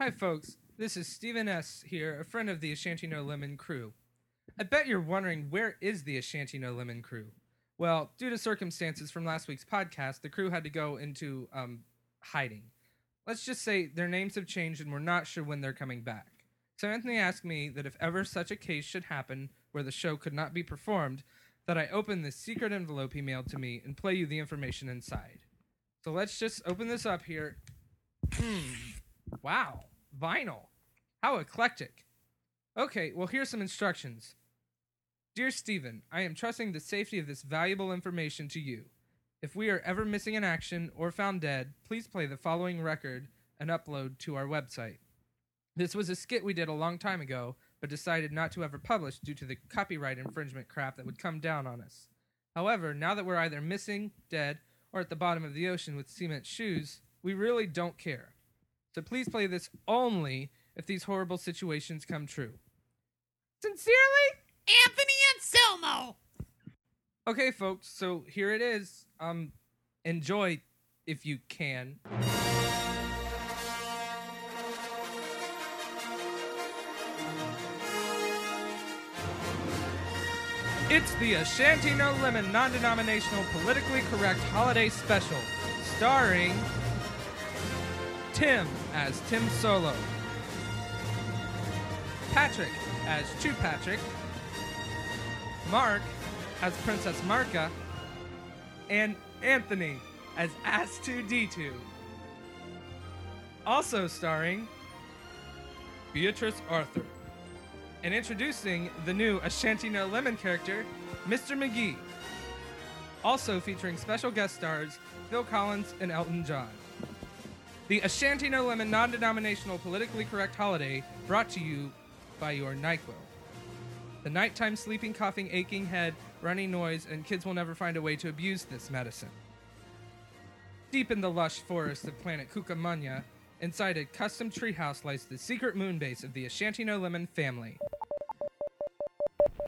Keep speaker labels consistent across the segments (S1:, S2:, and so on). S1: Hi, folks. This is Stephen S. here, a friend of the Ashanti No Lemon crew. I bet you're wondering where is the Ashanti No Lemon crew? Well, due to circumstances from last week's podcast, the crew had to go into um, hiding. Let's just say their names have changed and we're not sure when they're coming back. So Anthony asked me that if ever such a case should happen where the show could not be performed, that I open this secret envelope he mailed to me and play you the information inside. So let's just open this up here. Hmm. wow, vinyl. How eclectic. Okay, well, here's some instructions. Dear Stephen, I am trusting the safety of this valuable information to you. If we are ever missing in action or found dead, please play the following record and upload to our website. This was a skit we did a long time ago, but decided not to ever publish due to the copyright infringement crap that would come down on us. However, now that we're either missing, dead, or at the bottom of the ocean with cement shoes, we really don't care. So please play this only if these horrible situations come true. Sincerely?
S2: Anthony Anselmo.
S1: Okay, folks, so here it is. Um, enjoy if you can. It's the Ashanti No Lemon non denominational politically correct holiday special, starring Tim as Tim Solo, Patrick as Chew Patrick, Mark as Princess Marka, and Anthony as Ass 2D2. Also starring Beatrice Arthur. And introducing the new Ashanti No Lemon character, Mr. McGee. Also featuring special guest stars Phil Collins and Elton John. The Ashanti No Lemon non denominational politically correct holiday brought to you by your NyQuil. The nighttime sleeping, coughing, aching head, runny noise, and kids will never find a way to abuse this medicine. Deep in the lush forest of planet Kukumanya, inside a custom treehouse lies the secret moon base of the Ashanti No Lemon family.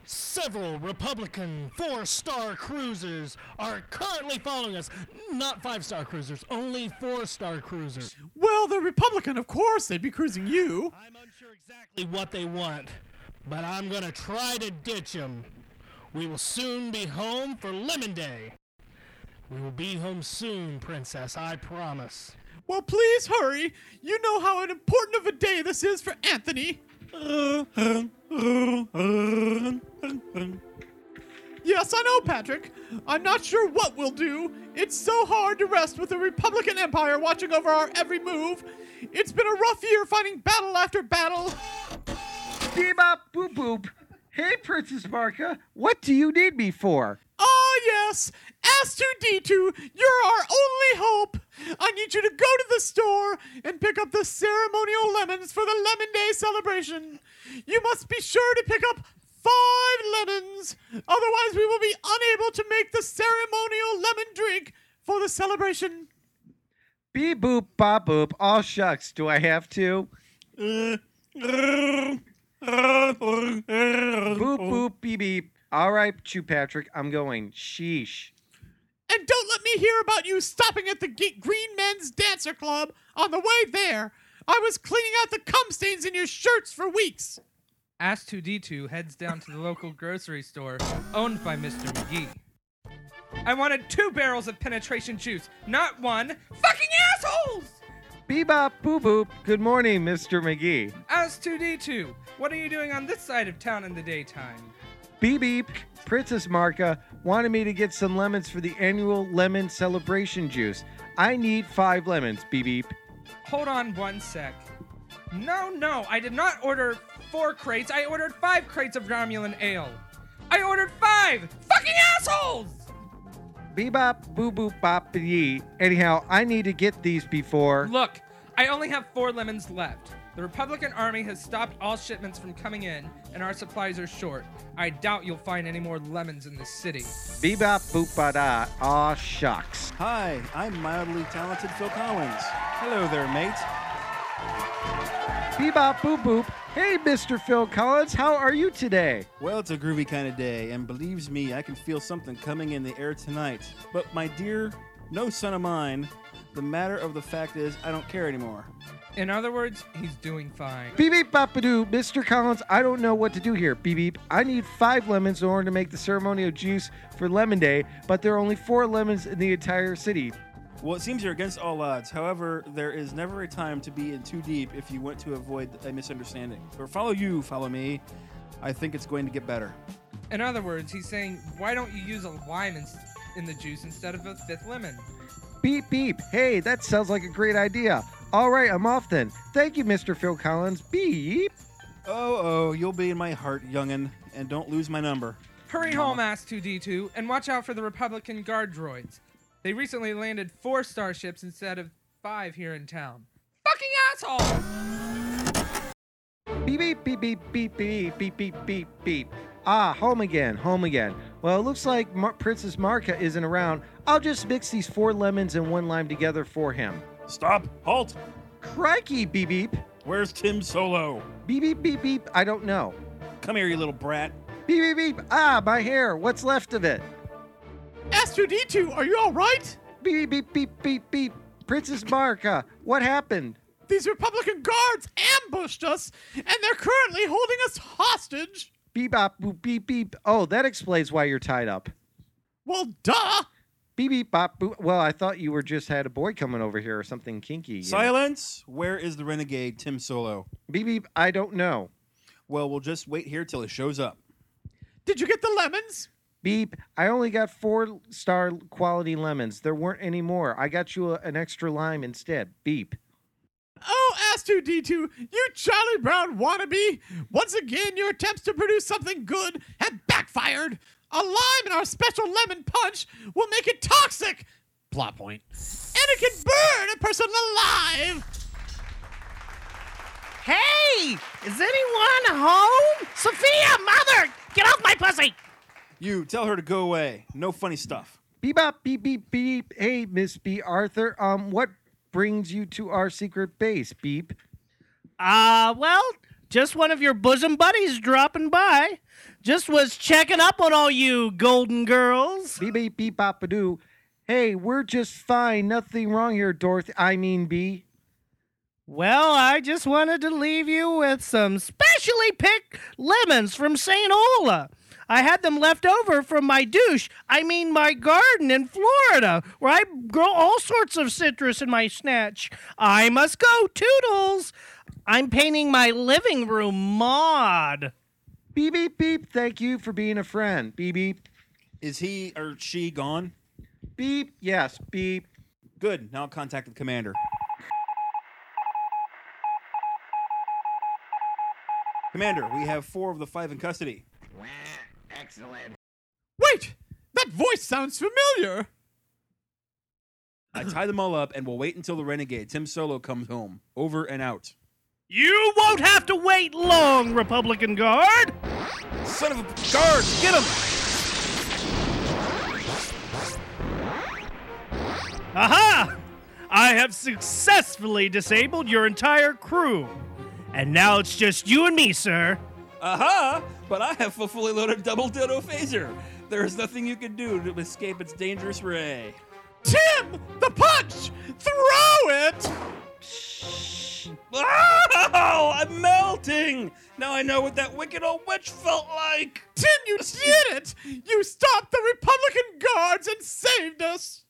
S3: Several Republican four star cruisers are currently following us. Not five star cruisers, only four star cruisers.
S4: Well, they're Republican, of course. They'd be cruising you.
S3: I'm unsure exactly what they want, but I'm gonna try to ditch them. We will soon be home for Lemon Day. We will be home soon, Princess, I promise.
S4: Well, please hurry. You know how an important of a day this is for Anthony. Yes, I know, Patrick. I'm not sure what we'll do. It's so hard to rest with the Republican Empire watching over our every move. It's been a rough year fighting battle after battle.
S5: Bebop boop boop. Hey, Princess Marka, what do you need me for?
S4: Oh, yes! S2D2, you're our only hope! I need you to go to the store and pick up the ceremonial lemons for the Lemon Day celebration. You must be sure to pick up five lemons, otherwise, we will be unable to make the ceremonial lemon drink for the celebration.
S5: Bee boop bop boop. All shucks, do I have to?
S4: Uh,
S5: Boop boop beep beep. All right, Chew Patrick, I'm going. Sheesh.
S4: And don't let me hear about you stopping at the Ge- Green Men's Dancer Club on the way there. I was cleaning out the cum stains in your shirts for weeks.
S1: Ass 2D2 heads down to the local grocery store owned by Mr. McGee. I wanted two barrels of penetration juice, not one. Fucking assholes!
S5: Bebop boop boop. Good morning, Mr. McGee.
S1: Ass 2D2, what are you doing on this side of town in the daytime?
S5: Beep beep. Princess Marka wanted me to get some lemons for the annual lemon celebration juice. I need five lemons. Beep beep.
S1: Hold on one sec. No, no, I did not order four crates. I ordered five crates of Romulan ale. I ordered five! Fucking assholes!
S5: Bebop boo boop bop yee. Anyhow, I need to get these before.
S1: Look, I only have four lemons left. The Republican Army has stopped all shipments from coming in, and our supplies are short. I doubt you'll find any more lemons in this city.
S5: Bebop boop ba da. Aw shucks.
S6: Hi, I'm mildly talented Phil Collins. Hello there, mate.
S5: Bebop boop boop. Hey, Mr. Phil Collins, how are you today?
S6: Well, it's a groovy kind of day, and believes me, I can feel something coming in the air tonight. But my dear, no son of mine, the matter of the fact is, I don't care anymore.
S1: In other words, he's doing fine.
S5: Beep beep bop-a-doo. Mr. Collins, I don't know what to do here. Beep beep. I need five lemons in order to make the ceremonial juice for Lemon Day, but there are only four lemons in the entire city.
S6: Well, it seems you're against all odds. However, there is never a time to be in too deep if you want to avoid a misunderstanding. Or follow you, follow me. I think it's going to get better.
S1: In other words, he's saying, why don't you use a lime in, in the juice instead of a fifth lemon?
S5: Beep beep. Hey, that sounds like a great idea. All right, I'm off then. Thank you, Mr. Phil Collins. Beep.
S6: Oh, oh, you'll be in my heart, young'un, and don't lose my number.
S1: Hurry home, Ass 2D2, and watch out for the Republican guard droids. They recently landed four starships instead of five here in town. Fucking asshole!
S5: Beep beep beep beep beep beep beep beep beep beep. Ah, home again, home again. Well, it looks like Mar- Princess Marka isn't around. I'll just mix these four lemons and one lime together for him.
S6: Stop! Halt!
S5: Crikey, beep beep.
S6: Where's Tim Solo?
S5: Beep beep beep beep. I don't know.
S6: Come here, you little brat.
S5: Beep beep beep. Ah, my hair. What's left of it?
S4: Astro D2, are you all right?
S5: Beep beep beep beep beep. Princess Marka, what happened?
S4: These Republican guards ambushed us, and they're currently holding us hostage.
S5: Beep bop boop beep beep. Oh, that explains why you're tied up.
S4: Well, duh.
S5: Beep beep bop boop. Well, I thought you were just had a boy coming over here or something kinky. you know.
S6: Silence! Where is the renegade Tim Solo?
S5: Beep beep. I don't know.
S6: Well, we'll just wait here till he shows up.
S4: Did you get the lemons?
S5: Beep. I only got four star quality lemons. There weren't any more. I got you a, an extra lime instead. Beep.
S4: Oh, Astro D2, you Charlie Brown wannabe! Once again, your attempts to produce something good have backfired. A lime in our special lemon punch will make it toxic. Plot point. And it can burn a person alive.
S7: Hey, is anyone home? Sophia, mother, get off my pussy!
S6: You tell her to go away. No funny stuff.
S5: Beep bop beep beep beep. Hey, Miss B. Arthur. Um, what brings you to our secret base? Beep.
S7: Uh, well, just one of your bosom buddies dropping by. Just was checking up on all you golden girls.
S5: Beep beep beep bop doo. Hey, we're just fine. Nothing wrong here, Dorothy. I mean B.
S7: Well, I just wanted to leave you with some specially picked lemons from St. Ola. I had them left over from my douche, I mean my garden in Florida, where I grow all sorts of citrus in my snatch. I must go, Toodles. I'm painting my living room mod.
S5: Beep beep beep. Thank you for being a friend. Beep beep
S6: Is he or she gone?
S5: beep. Yes, beep.
S6: Good. Now I'll contact the commander. Commander, we have four of the five in custody.
S4: Wait, that voice sounds familiar.
S6: I tie them all up and we'll wait until the renegade Tim Solo comes home. Over and out.
S7: You won't have to wait long, Republican Guard.
S6: Son of a guard, get him!
S7: Aha! I have successfully disabled your entire crew. And now it's just you and me, sir.
S6: Aha! But I have a fully loaded double dildo phaser. There is nothing you can do to escape its dangerous ray.
S4: Tim, the punch! Throw it!
S6: Oh, I'm melting! Now I know what that wicked old witch felt like.
S4: Tim, you did it! You stopped the Republican guards and saved us!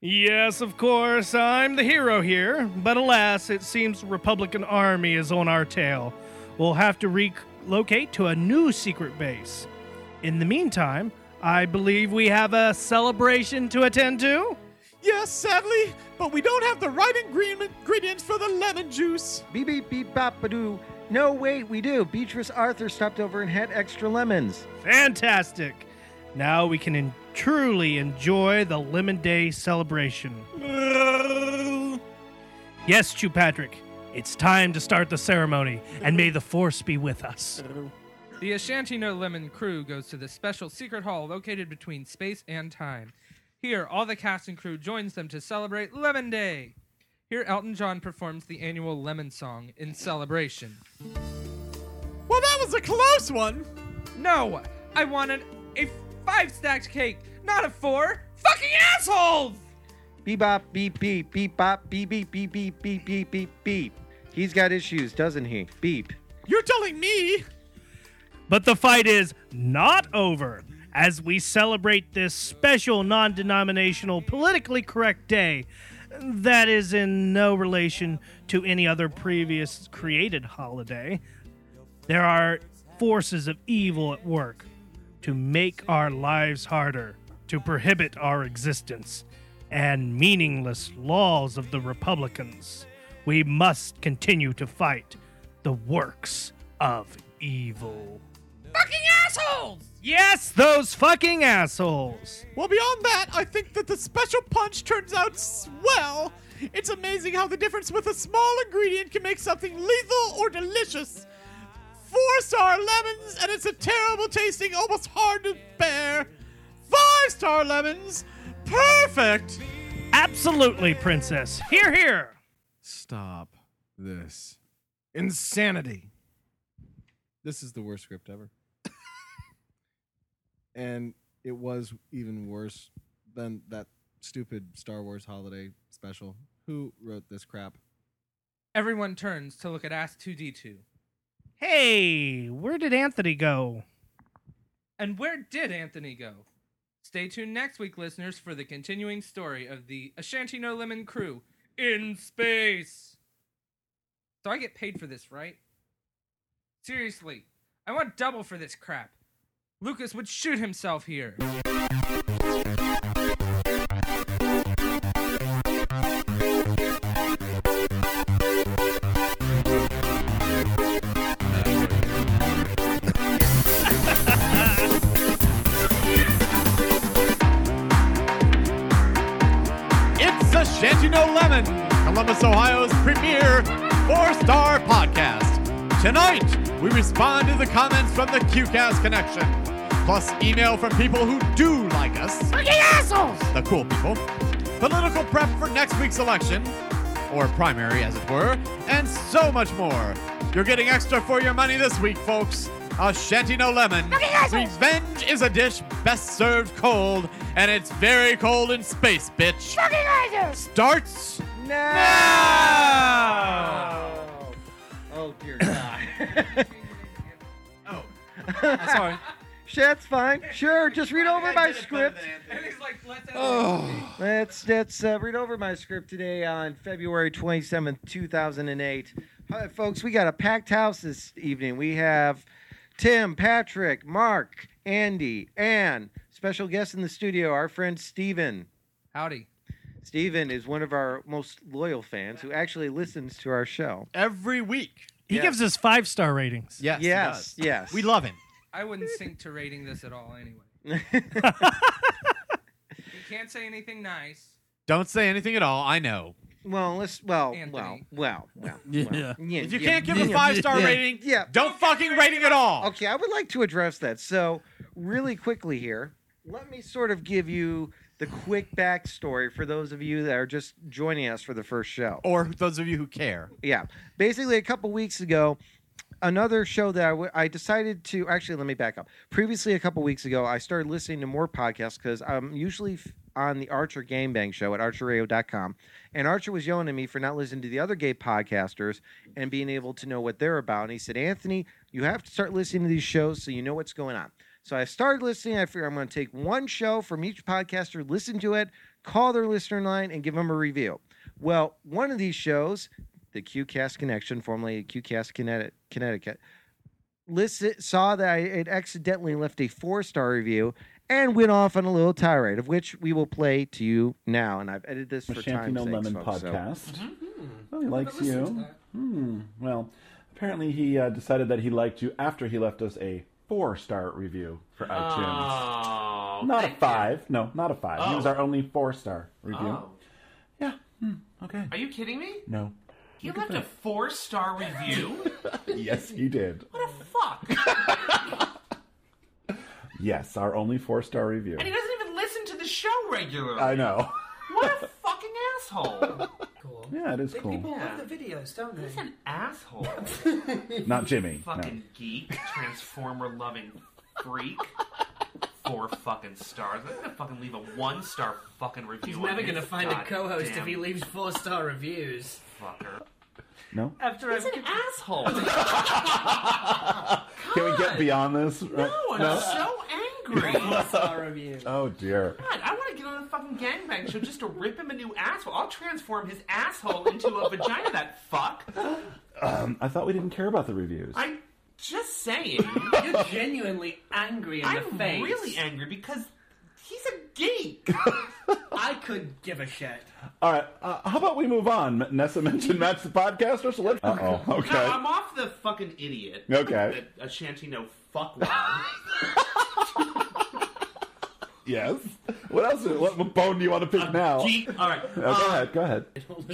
S7: Yes, of course, I'm the hero here, but alas, it seems the Republican army is on our tail. We'll have to relocate to a new secret base. In the meantime, I believe we have a celebration to attend to.
S4: Yes, sadly, but we don't have the right ingredient- ingredients for the lemon juice.
S5: Beep beep beep bop doo. No, wait, we do. Beatrice Arthur stopped over and had extra lemons.
S7: Fantastic! Now we can en- truly enjoy the Lemon Day celebration. Yes, Chew Patrick, it's time to start the ceremony, and may the Force be with us.
S1: The Ashanti No Lemon crew goes to the special secret hall located between space and time. Here, all the cast and crew joins them to celebrate Lemon Day. Here, Elton John performs the annual Lemon Song in celebration.
S4: Well, that was a close one.
S1: No, I wanted a five stacked cake, not a four. Fucking assholes!
S5: Bebop, beep, beep, beep, bop, beep, beep, beep, beep, beep, beep, beep, beep. He's got issues, doesn't he? Beep.
S4: You're telling me?
S7: But the fight is not over as we celebrate this special non denominational, politically correct day that is in no relation to any other previous created holiday. There are forces of evil at work to make our lives harder, to prohibit our existence, and meaningless laws of the Republicans. We must continue to fight the works of evil.
S2: Fucking assholes!
S7: Yes, those fucking assholes.
S4: Well, beyond that, I think that the special punch turns out swell. It's amazing how the difference with a small ingredient can make something lethal or delicious. Four star lemons, and it's a terrible tasting, almost hard to bear. Five star lemons, perfect.
S7: Absolutely, princess. Here, here.
S8: Stop this insanity. This is the worst script ever. and it was even worse than that stupid Star Wars holiday special. Who wrote this crap?
S1: Everyone turns to look at Ask 2D2.
S7: Hey, where did Anthony go?
S1: And where did Anthony go? Stay tuned next week, listeners, for the continuing story of the Ashanti No Lemon crew in space. So I get paid for this, right? Seriously, I want double for this crap. Lucas would shoot himself here.
S4: It's the Shanty No Lemon, Columbus, Ohio's premier four star podcast. Tonight, we respond to the comments from the QCast connection, plus email from people who do like us. Fucking assholes! The cool people. Political prep for next week's election, or primary as it were, and so much more. You're getting extra for your money this week, folks. A Shanty No Lemon. Revenge is a dish best served cold, and it's very cold in space, bitch starts
S5: No! Oh, dear God.
S6: I'm sorry.
S5: Oh. That's fine. Sure, just read over my script.
S1: And he's like, let's
S5: Let's let's uh, read over my script today on February 27th, 2008. All right, folks, we got a packed house this evening. We have Tim, Patrick, Mark, Andy, and special guest in the studio, our friend Steven.
S1: Howdy.
S5: Steven is one of our most loyal fans who actually listens to our show.
S4: every week.
S7: He
S5: Yeah.
S7: gives us five star ratings.
S4: Yes, he
S5: yes,
S4: does.
S5: yes.
S4: We love him.
S1: I wouldn't sink to rating this at all anyway. You can't say anything nice.
S4: Don't say anything at all. I know.
S5: well, let's well, well,
S1: Anthony.
S5: well, well,
S8: Yeah.
S5: well. Yeah,
S4: If you
S5: yeah.
S4: can't give a five star
S8: Yeah.
S4: rating,
S5: Yeah.
S4: don't fucking rating at all.
S5: Okay, I would like to address that. So, really quickly here, let me sort of give you the quick backstory for those of you that are just joining us for the first show.
S4: Or those of you who care.
S5: Yeah. Basically, a couple weeks ago, another show that I, w- I decided to actually let me back up. Previously, a couple weeks ago, I started listening to more podcasts because I'm usually f- on the Archer Game Bang show at archerradio.com. And Archer was yelling at me for not listening to the other gay podcasters and being able to know what they're about. And he said, Anthony, you have to start listening to these shows so you know what's going on. So I started listening. I figure I'm going to take one show from each podcaster, listen to it, call their listener line, and give them a review. Well, one of these shows, the QCast Connection, formerly QCast Connecti- Connecticut, listen, saw that I had accidentally left a four star review and went off on a little tirade, of which we will play to you now. And I've edited this for
S9: Shanty
S5: time.
S9: No
S5: sakes,
S9: Lemon
S5: folks, so-
S9: podcast.
S10: Mm-hmm.
S9: Oh, he likes you. Hmm. Well, apparently he uh, decided that he liked you after he left us a four-star review for iTunes.
S10: Oh,
S9: not a
S10: thank you.
S9: five. No, not a five. He was
S10: Oh.
S9: our only four-star review.
S10: Oh.
S9: Yeah. Hmm. Okay.
S10: Are you kidding me?
S9: No.
S10: He left a four star review?
S9: Yes, he did.
S10: Fuck.
S9: Yes, our only four-star review.
S10: And he doesn't even listen to the show regularly.
S9: I know.
S10: What a fucking asshole.
S9: Yeah, it is cool.
S10: love
S11: the videos, don't
S10: He's an asshole.
S9: Not Jimmy. No.
S10: fucking geek, transformer loving freak. four fucking stars. I'm gonna fucking leave a one star fucking review.
S11: He's
S10: on
S11: never
S10: his
S11: going to find a
S10: goddamn
S11: co host if he leaves four star reviews.
S10: Fucker.
S9: No?
S11: After He's an
S10: asshole.
S9: Can we get beyond this? No,
S10: I'm so angry.
S9: oh dear.
S10: God, I want to get on a fucking gangbang show just to rip him a new asshole. I'll transform his asshole into a vagina. That fuck.
S9: Um, I thought we didn't care about the reviews.
S10: I'm just saying.
S11: You're genuinely angry in
S10: I'm
S11: the face.
S10: really angry because he's a geek.
S11: I could give a shit.
S9: All right. Uh, how about we move on? Nessa mentioned Matt's the podcaster, so let's. Uh oh. Okay.
S10: No, I'm off the fucking idiot.
S9: Okay.
S10: That Ashantino fuckwad.
S9: Yes. What else? What bone do you want to pick now?
S10: geek- all right,
S9: Oh, go
S10: uh,
S9: ahead. Go ahead.
S10: If you want to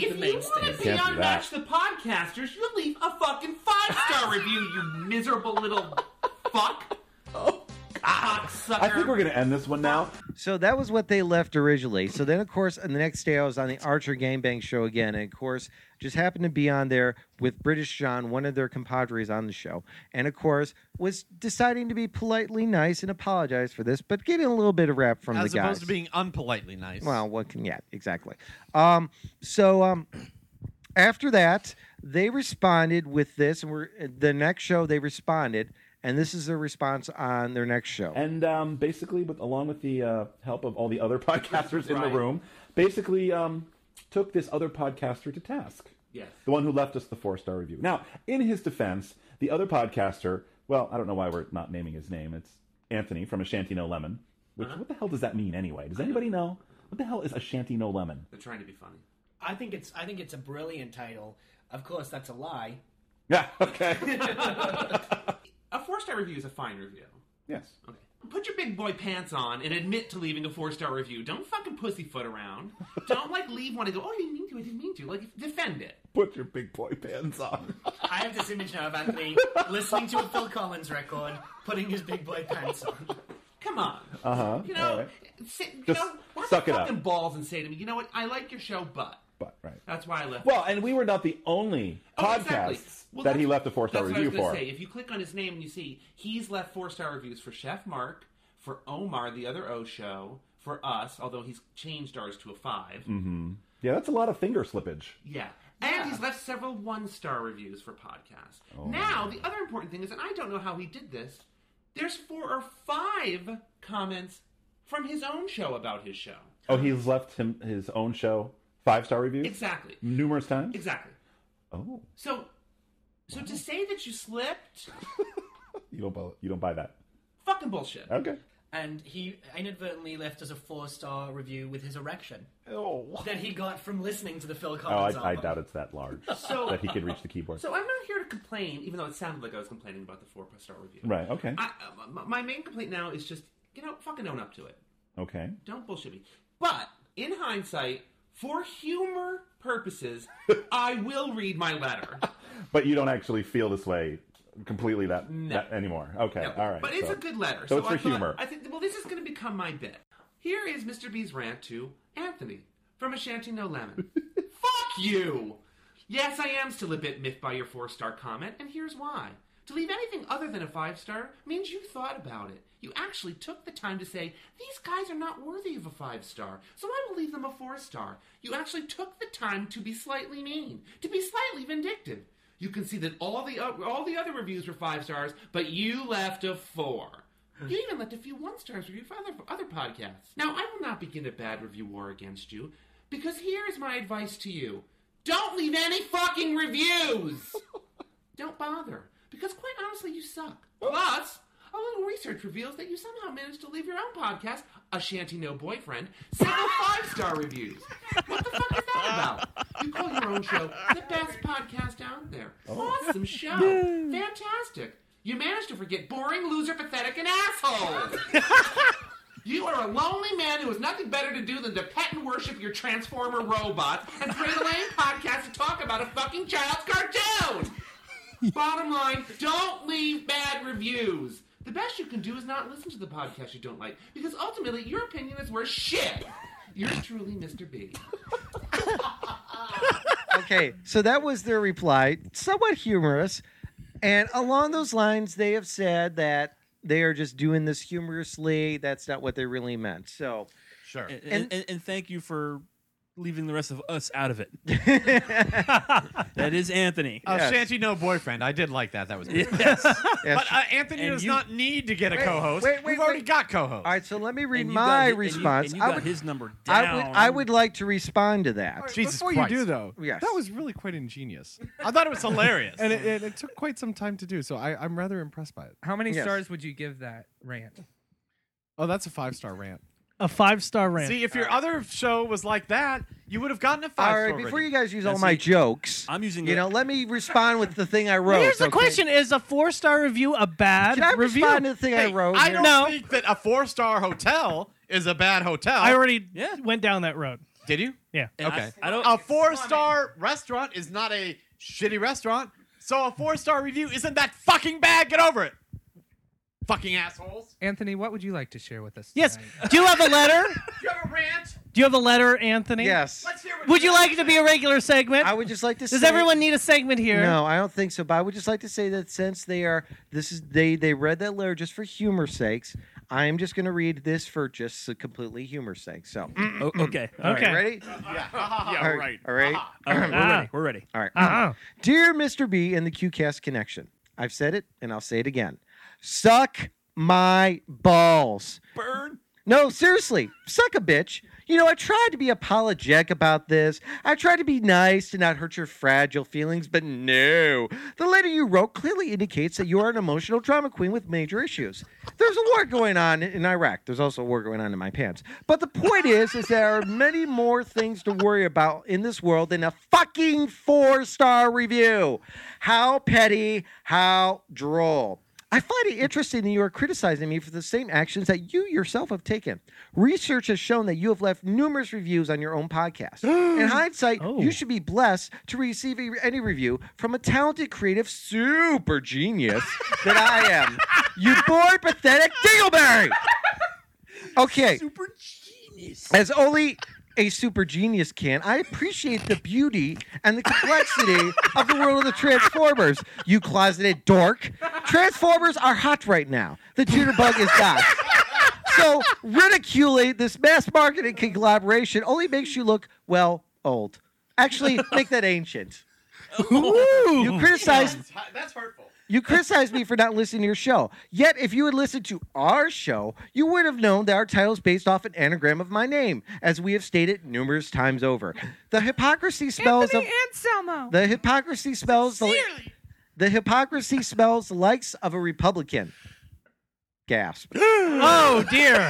S10: be
S9: Can't do
S10: on
S9: that.
S10: Match the Podcasters, you leave a fucking five star review, you miserable little fuck.
S11: Oh.
S10: Ah. Cocksucker.
S9: I think we're gonna end this one now.
S5: So that was what they left originally. So then, of course, and the next day I was on the Archer Game Bang show again, and of course, just happened to be on there with British John, one of their compadres on the show, and of course was deciding to be politely nice and apologize for this, but getting a little bit of rap from
S4: As
S5: the guys.
S4: opposed to being unpolitely nice.
S5: Well, what can yeah, exactly. Um, so um, after that, they responded with this, and we're uh, the next show they responded, and this is their response on their next show.
S9: And um, basically, with along with the uh, help of all the other podcasters in the
S5: Right.
S9: room, basically um, took this other podcaster to task.
S10: Yes.
S9: The one who left us the four star review. Now, in his defense, the other podcaster, well, I don't know why we're not naming his name. It's Anthony from Ashanti No Lemon. Which, what the hell does that mean anyway? Does anybody know? What the hell is Ashanti No Lemon?
S10: They're trying to be funny.
S11: I think it's I think it's a brilliant title. Of course, that's a lie.
S9: Yeah, okay.
S10: A four star review is a fine review.
S9: Yes.
S10: Okay. Put your big boy pants on and admit to leaving a four star review. Don't fucking pussyfoot around. Don't like leave one and go, oh, I didn't mean to, I didn't mean to. Like, defend it.
S9: Put your big boy pants on.
S11: I have this image now of Anthony listening to a Phil Collins record, putting his big boy pants on.
S10: Come on.
S9: Uh huh.
S10: You know,
S9: All right.
S10: Say, you
S9: Just
S10: know, why
S9: suck
S10: the
S9: it up.
S10: fucking balls and say to me, you know what? I like your show, but
S9: But right.
S10: that's why I left.
S9: Well, and we were not the only
S10: Oh,
S9: podcasts
S10: exactly. Well,
S9: that he
S10: that's-
S9: left a four star
S10: that's
S9: review
S10: what I was
S9: for.
S10: gonna Say. If you click on his name and you see he's left four star reviews for Chef Mark, for Omar, the other O show, for us, although he's changed ours to a five.
S9: hmm Yeah, that's a lot of finger slippage.
S10: Yeah. And he's left several one star reviews for podcasts.
S9: Oh.
S10: Now, the other important thing is, and I don't know how he did this, there's four or five comments from his own show about his show.
S9: Oh, he's left him his own show five star reviews
S10: Exactly.
S9: numerous times.
S10: Exactly.
S9: Oh,
S10: So, so to say that you slipped,
S9: you don't buy, you don't buy that.
S10: fucking bullshit.
S9: Okay.
S11: And he inadvertently left us a four star review with his erection.
S9: Oh.
S11: That he got from listening to the Phil
S9: Oh,
S11: Collins.
S9: I, I
S11: album.
S9: doubt it's that large
S10: So-
S9: that he could reach the keyboard.
S10: So I'm not here to complain, even though it sounded like I was complaining about the four star review.
S9: Right, okay.
S10: I, uh, my- my main complaint now is just you know fucking own up to it.
S9: okay.
S10: Don't bullshit me. But in hindsight, for humor purposes, I will read my letter.
S9: But you don't actually feel this way completely that,
S10: No.
S9: that anymore. Okay.
S10: No,
S9: All right.
S10: But it's
S9: so-
S10: a good letter.
S9: So, it's
S10: I
S9: for
S10: thought-
S9: humor.
S10: I think. Well, this is going to become my bit. Here is Mr. B's rant to Anthony from Ashanti No Lemon. Fuck you. Yes, I am still a bit miffed by your four-star comment, and here's why. To leave anything other than a five-star means you thought about it. You actually took the time to say, these guys are not worthy of a five-star, so I will leave them a four-star. You actually took the time to be slightly mean, to be slightly vindictive. You can see that all the o- all the other reviews were five stars, but you left a four. You even left a few one stars review for other, for other podcasts. Now I will not begin a bad review war against you, because here is my advice to you: don't leave any fucking reviews. don't bother, because quite honestly, you suck. Plus. A little research reveals that you somehow managed to leave your own podcast, Ashanti No Boyfriend, several five star reviews. What the fuck is that about? You call your own show the best podcast out there. Awesome show. Fantastic. You managed to forget boring, loser, pathetic, and asshole. you are a lonely man who has nothing better to do than to pet and worship your transformer robots and create a lame podcast to talk about a fucking child's cartoon. Bottom line, don't leave bad reviews. The best you can do is not listen to the podcast you don't like, because ultimately your opinion is worth shit. You're truly Mr. B.
S5: okay, so that was their reply, somewhat humorous. And along those lines, they have said that they are just doing this humorously. That's not what they really meant. So
S6: Sure. And,
S5: And-
S6: and, and, thank you for leaving the rest of us out of it. that is Anthony.
S4: Oh, Shanty, no boyfriend. I did like that. That was good.
S6: Yes.
S4: But uh, Anthony
S6: And
S4: does
S6: you-
S4: not need to get a
S5: Wait,
S4: co-host.
S5: wait, wait,
S4: We've already
S5: wait.
S4: got co-host.
S5: All right, so let me read
S6: you
S5: my
S6: got hi- and you- and
S5: response.
S6: you
S5: I
S6: got
S5: would,
S6: his number
S5: I would, I
S6: down.
S5: would like to respond to that.
S4: Jesus
S8: Before
S4: Christ.
S8: you do though,
S5: Yes.
S8: that was really quite ingenious,
S4: I thought it was hilarious.
S8: and it, it, it took quite some time to do. So I, I'm rather impressed by it.
S1: How many
S5: Yes.
S1: stars would you give that rant?
S8: Oh, that's a five star rant.
S7: A five star rant.
S4: See, if your other show was like that, you would have gotten a five.
S5: All right, before you guys use all
S6: That's
S5: Oh, my
S6: it.
S5: jokes,
S6: I'm using
S5: you
S6: it.
S5: know, let me respond with the thing I wrote.
S7: Here's the
S5: okay?
S7: question: Is a four star review a bad
S5: Can I
S7: review?
S5: respond to the thing I wrote?
S4: I
S5: here?
S4: don't
S7: No.
S4: think that a four-star hotel is a bad hotel.
S7: I already
S6: Yeah.
S7: went down that road.
S4: did you?
S7: Yeah.
S6: And
S4: Okay.
S6: I, I don't.
S4: A four-star restaurant is not a shitty restaurant, so a four-star review isn't that fucking bad. Get over it. Fucking assholes.
S1: Anthony, what would you like to share with us?
S7: Yes.
S1: tonight?
S7: Do you have a letter?
S4: You have a rant.
S7: Do you have a letter, Anthony?
S5: Yes.
S4: hear what
S7: Would you like it to be a regular segment?
S5: I would just like to
S7: Does
S5: say-
S7: everyone need a segment here?
S5: No, I don't think so. But I would just like to say that since they are this is they they read that letter just for humor sakes. I am just going to read this for just so completely humor sake. So,
S6: Oh, okay. All right.
S7: Okay.
S5: ready?
S4: Yeah,
S5: All
S4: right.
S5: All right.
S6: All right. We're
S7: Ah.
S6: ready. We're ready. Ah.
S5: All right.
S7: Uh-huh.
S5: Dear Mr. B and the QCast connection, I've said it and I'll say it again. Suck my balls.
S6: Burn.
S5: No, seriously, suck a bitch. You know, I tried to be apologetic about this. I tried to be nice to not hurt your fragile feelings, but no. The letter you wrote clearly indicates that you are an emotional drama queen with major issues. There's a war going on in Iraq. There's also a war going on in my pants. But the point is, is there are many more things to worry about in this world than a fucking four-star review. How petty, how droll. I find it interesting that you are criticizing me for the same actions that you yourself have taken. Research has shown that you have left numerous reviews on your own podcast. In hindsight, you should be blessed to receive a- any review from a talented, creative, super genius that I am. You bored, pathetic dingleberry! Okay. Super genius. As only a super genius can, I appreciate the beauty and the complexity of the world of the Transformers, you closeted dork. Transformers are hot right now. The jitterbug is back. So ridiculing this mass marketing collaboration only makes you look, well, old. Actually, make that ancient. You criticize
S4: That's hurtful.
S5: you criticized me for not listening to your show. Yet, if you had listened to our show, you would have known that our title is based off an anagram of my name, as we have stated numerous times over. The hypocrisy smells of
S2: Anselmo.
S5: the hypocrisy smells the, the hypocrisy smells the likes of a Republican. Gasp.
S7: Oh dear.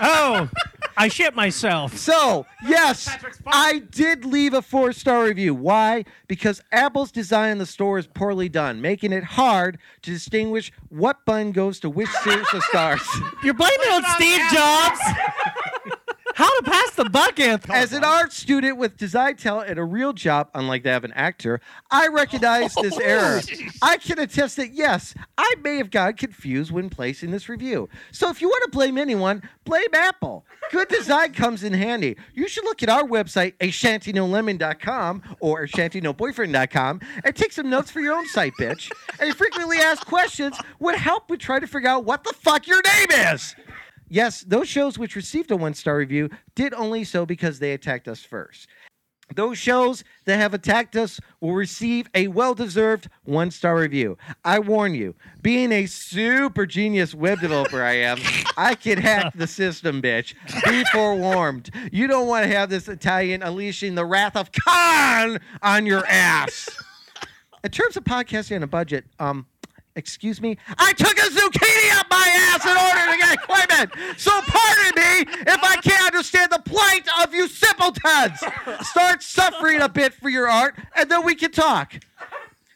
S7: oh, I shit myself.
S5: So, yes, I did leave a four star review. Why? Because Apple's design in the store is poorly done, making it hard to distinguish what bun goes to which series of stars.
S7: You're blaming it on Steve Jobs. How to pass the buck, Anthony?
S5: As an art student with design talent and a real job, unlike that of an actor, I recognize this error. I can attest that yes, I may have gotten confused when placing this review. So if you want to blame anyone, blame Apple. Good design comes in handy. You should look at our website, ashantinolemon.com or ashantinoboyfriend.com, and take some notes for your own site, bitch. And frequently asked questions would help with trying to figure out what the fuck your name is. Yes, those shows which received a one star review did only so because they attacked us first. Those shows that have attacked us will receive a well deserved one star review. I warn you, being a super genius web developer I am, I can hack the system, bitch. Be forewarned. You don't want to have this Italian unleashing the wrath of Khan on your ass. In terms of podcasting on a budget, um, excuse me, I took a zucchini up my ass in order to get equipment. So pardon me if I can't understand the plight of you simpletons. Start suffering a bit for your art, and then we can talk.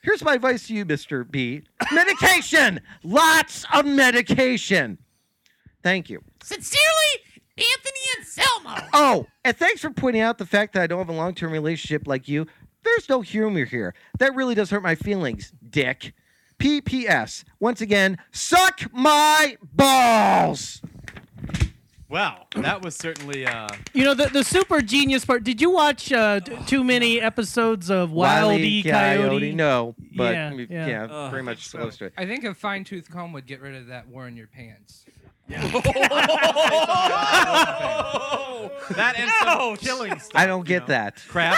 S5: Here's my advice to you, Mr. B. Medication. Lots of medication. Thank you.
S2: Sincerely, Anthony Anselmo.
S5: Oh, and thanks for pointing out the fact that I don't have a long term relationship like you. There's no humor here. That really does hurt my feelings, dick. PPS. Once again, suck my balls.
S4: Wow, that was certainly. Uh,
S7: You know the the super genius part. Did you watch uh, t- too many episodes of Wild
S5: Wile
S7: E
S5: E.
S7: Coyote?
S5: No, but
S7: Yeah,
S5: yeah,
S7: yeah.
S1: Ugh.
S5: pretty much close to it.
S1: I think a fine tooth comb would get rid of that war in your pants.
S4: that and some killing stuff.
S5: I don't get that.
S4: Crap.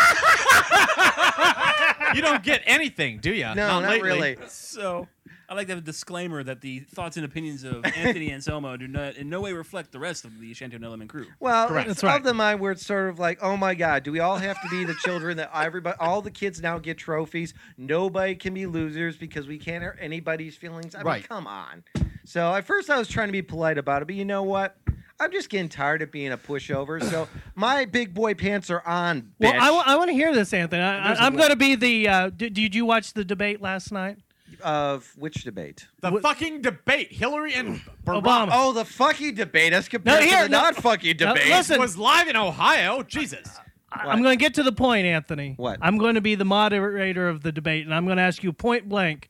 S4: you don't get anything, do you?
S5: No, not
S4: lately.
S5: really.
S6: So, I like to have a disclaimer that the thoughts and opinions of Anthony Anselmo do not in no way reflect the rest of the Shantoon Element crew.
S5: Well,
S6: Correct.
S5: it's
S6: That's right.
S5: of the mind where it's sort of like, oh my God, do we all have to be the children that everybody, all the kids now get trophies? Nobody can be losers because we can't hurt anybody's feelings. I mean,
S7: Right.
S5: come on. So at first I was trying to be polite about it, but you know what? I'm just getting tired of being a pushover. So my big boy pants are on.
S7: Well,
S5: bitch.
S7: I, wa- I want to hear this, Anthony. I,
S5: There's
S7: I,
S5: a
S7: I'm
S5: lot.
S7: going to be the. Uh, did, did you watch the debate last night?
S5: of which debate?
S4: The fucking debate, Hillary and Barack
S7: Obama.
S5: Oh, the fucking debate as compared
S7: here,
S5: to the
S7: no.
S5: not fucking
S7: Now,
S5: debate.
S7: listen.
S4: was live in Ohio. Jesus.
S7: I'm going to get to the point, Anthony.
S5: What?
S7: I'm going to be the moderator of the debate, and I'm going to ask you point blank.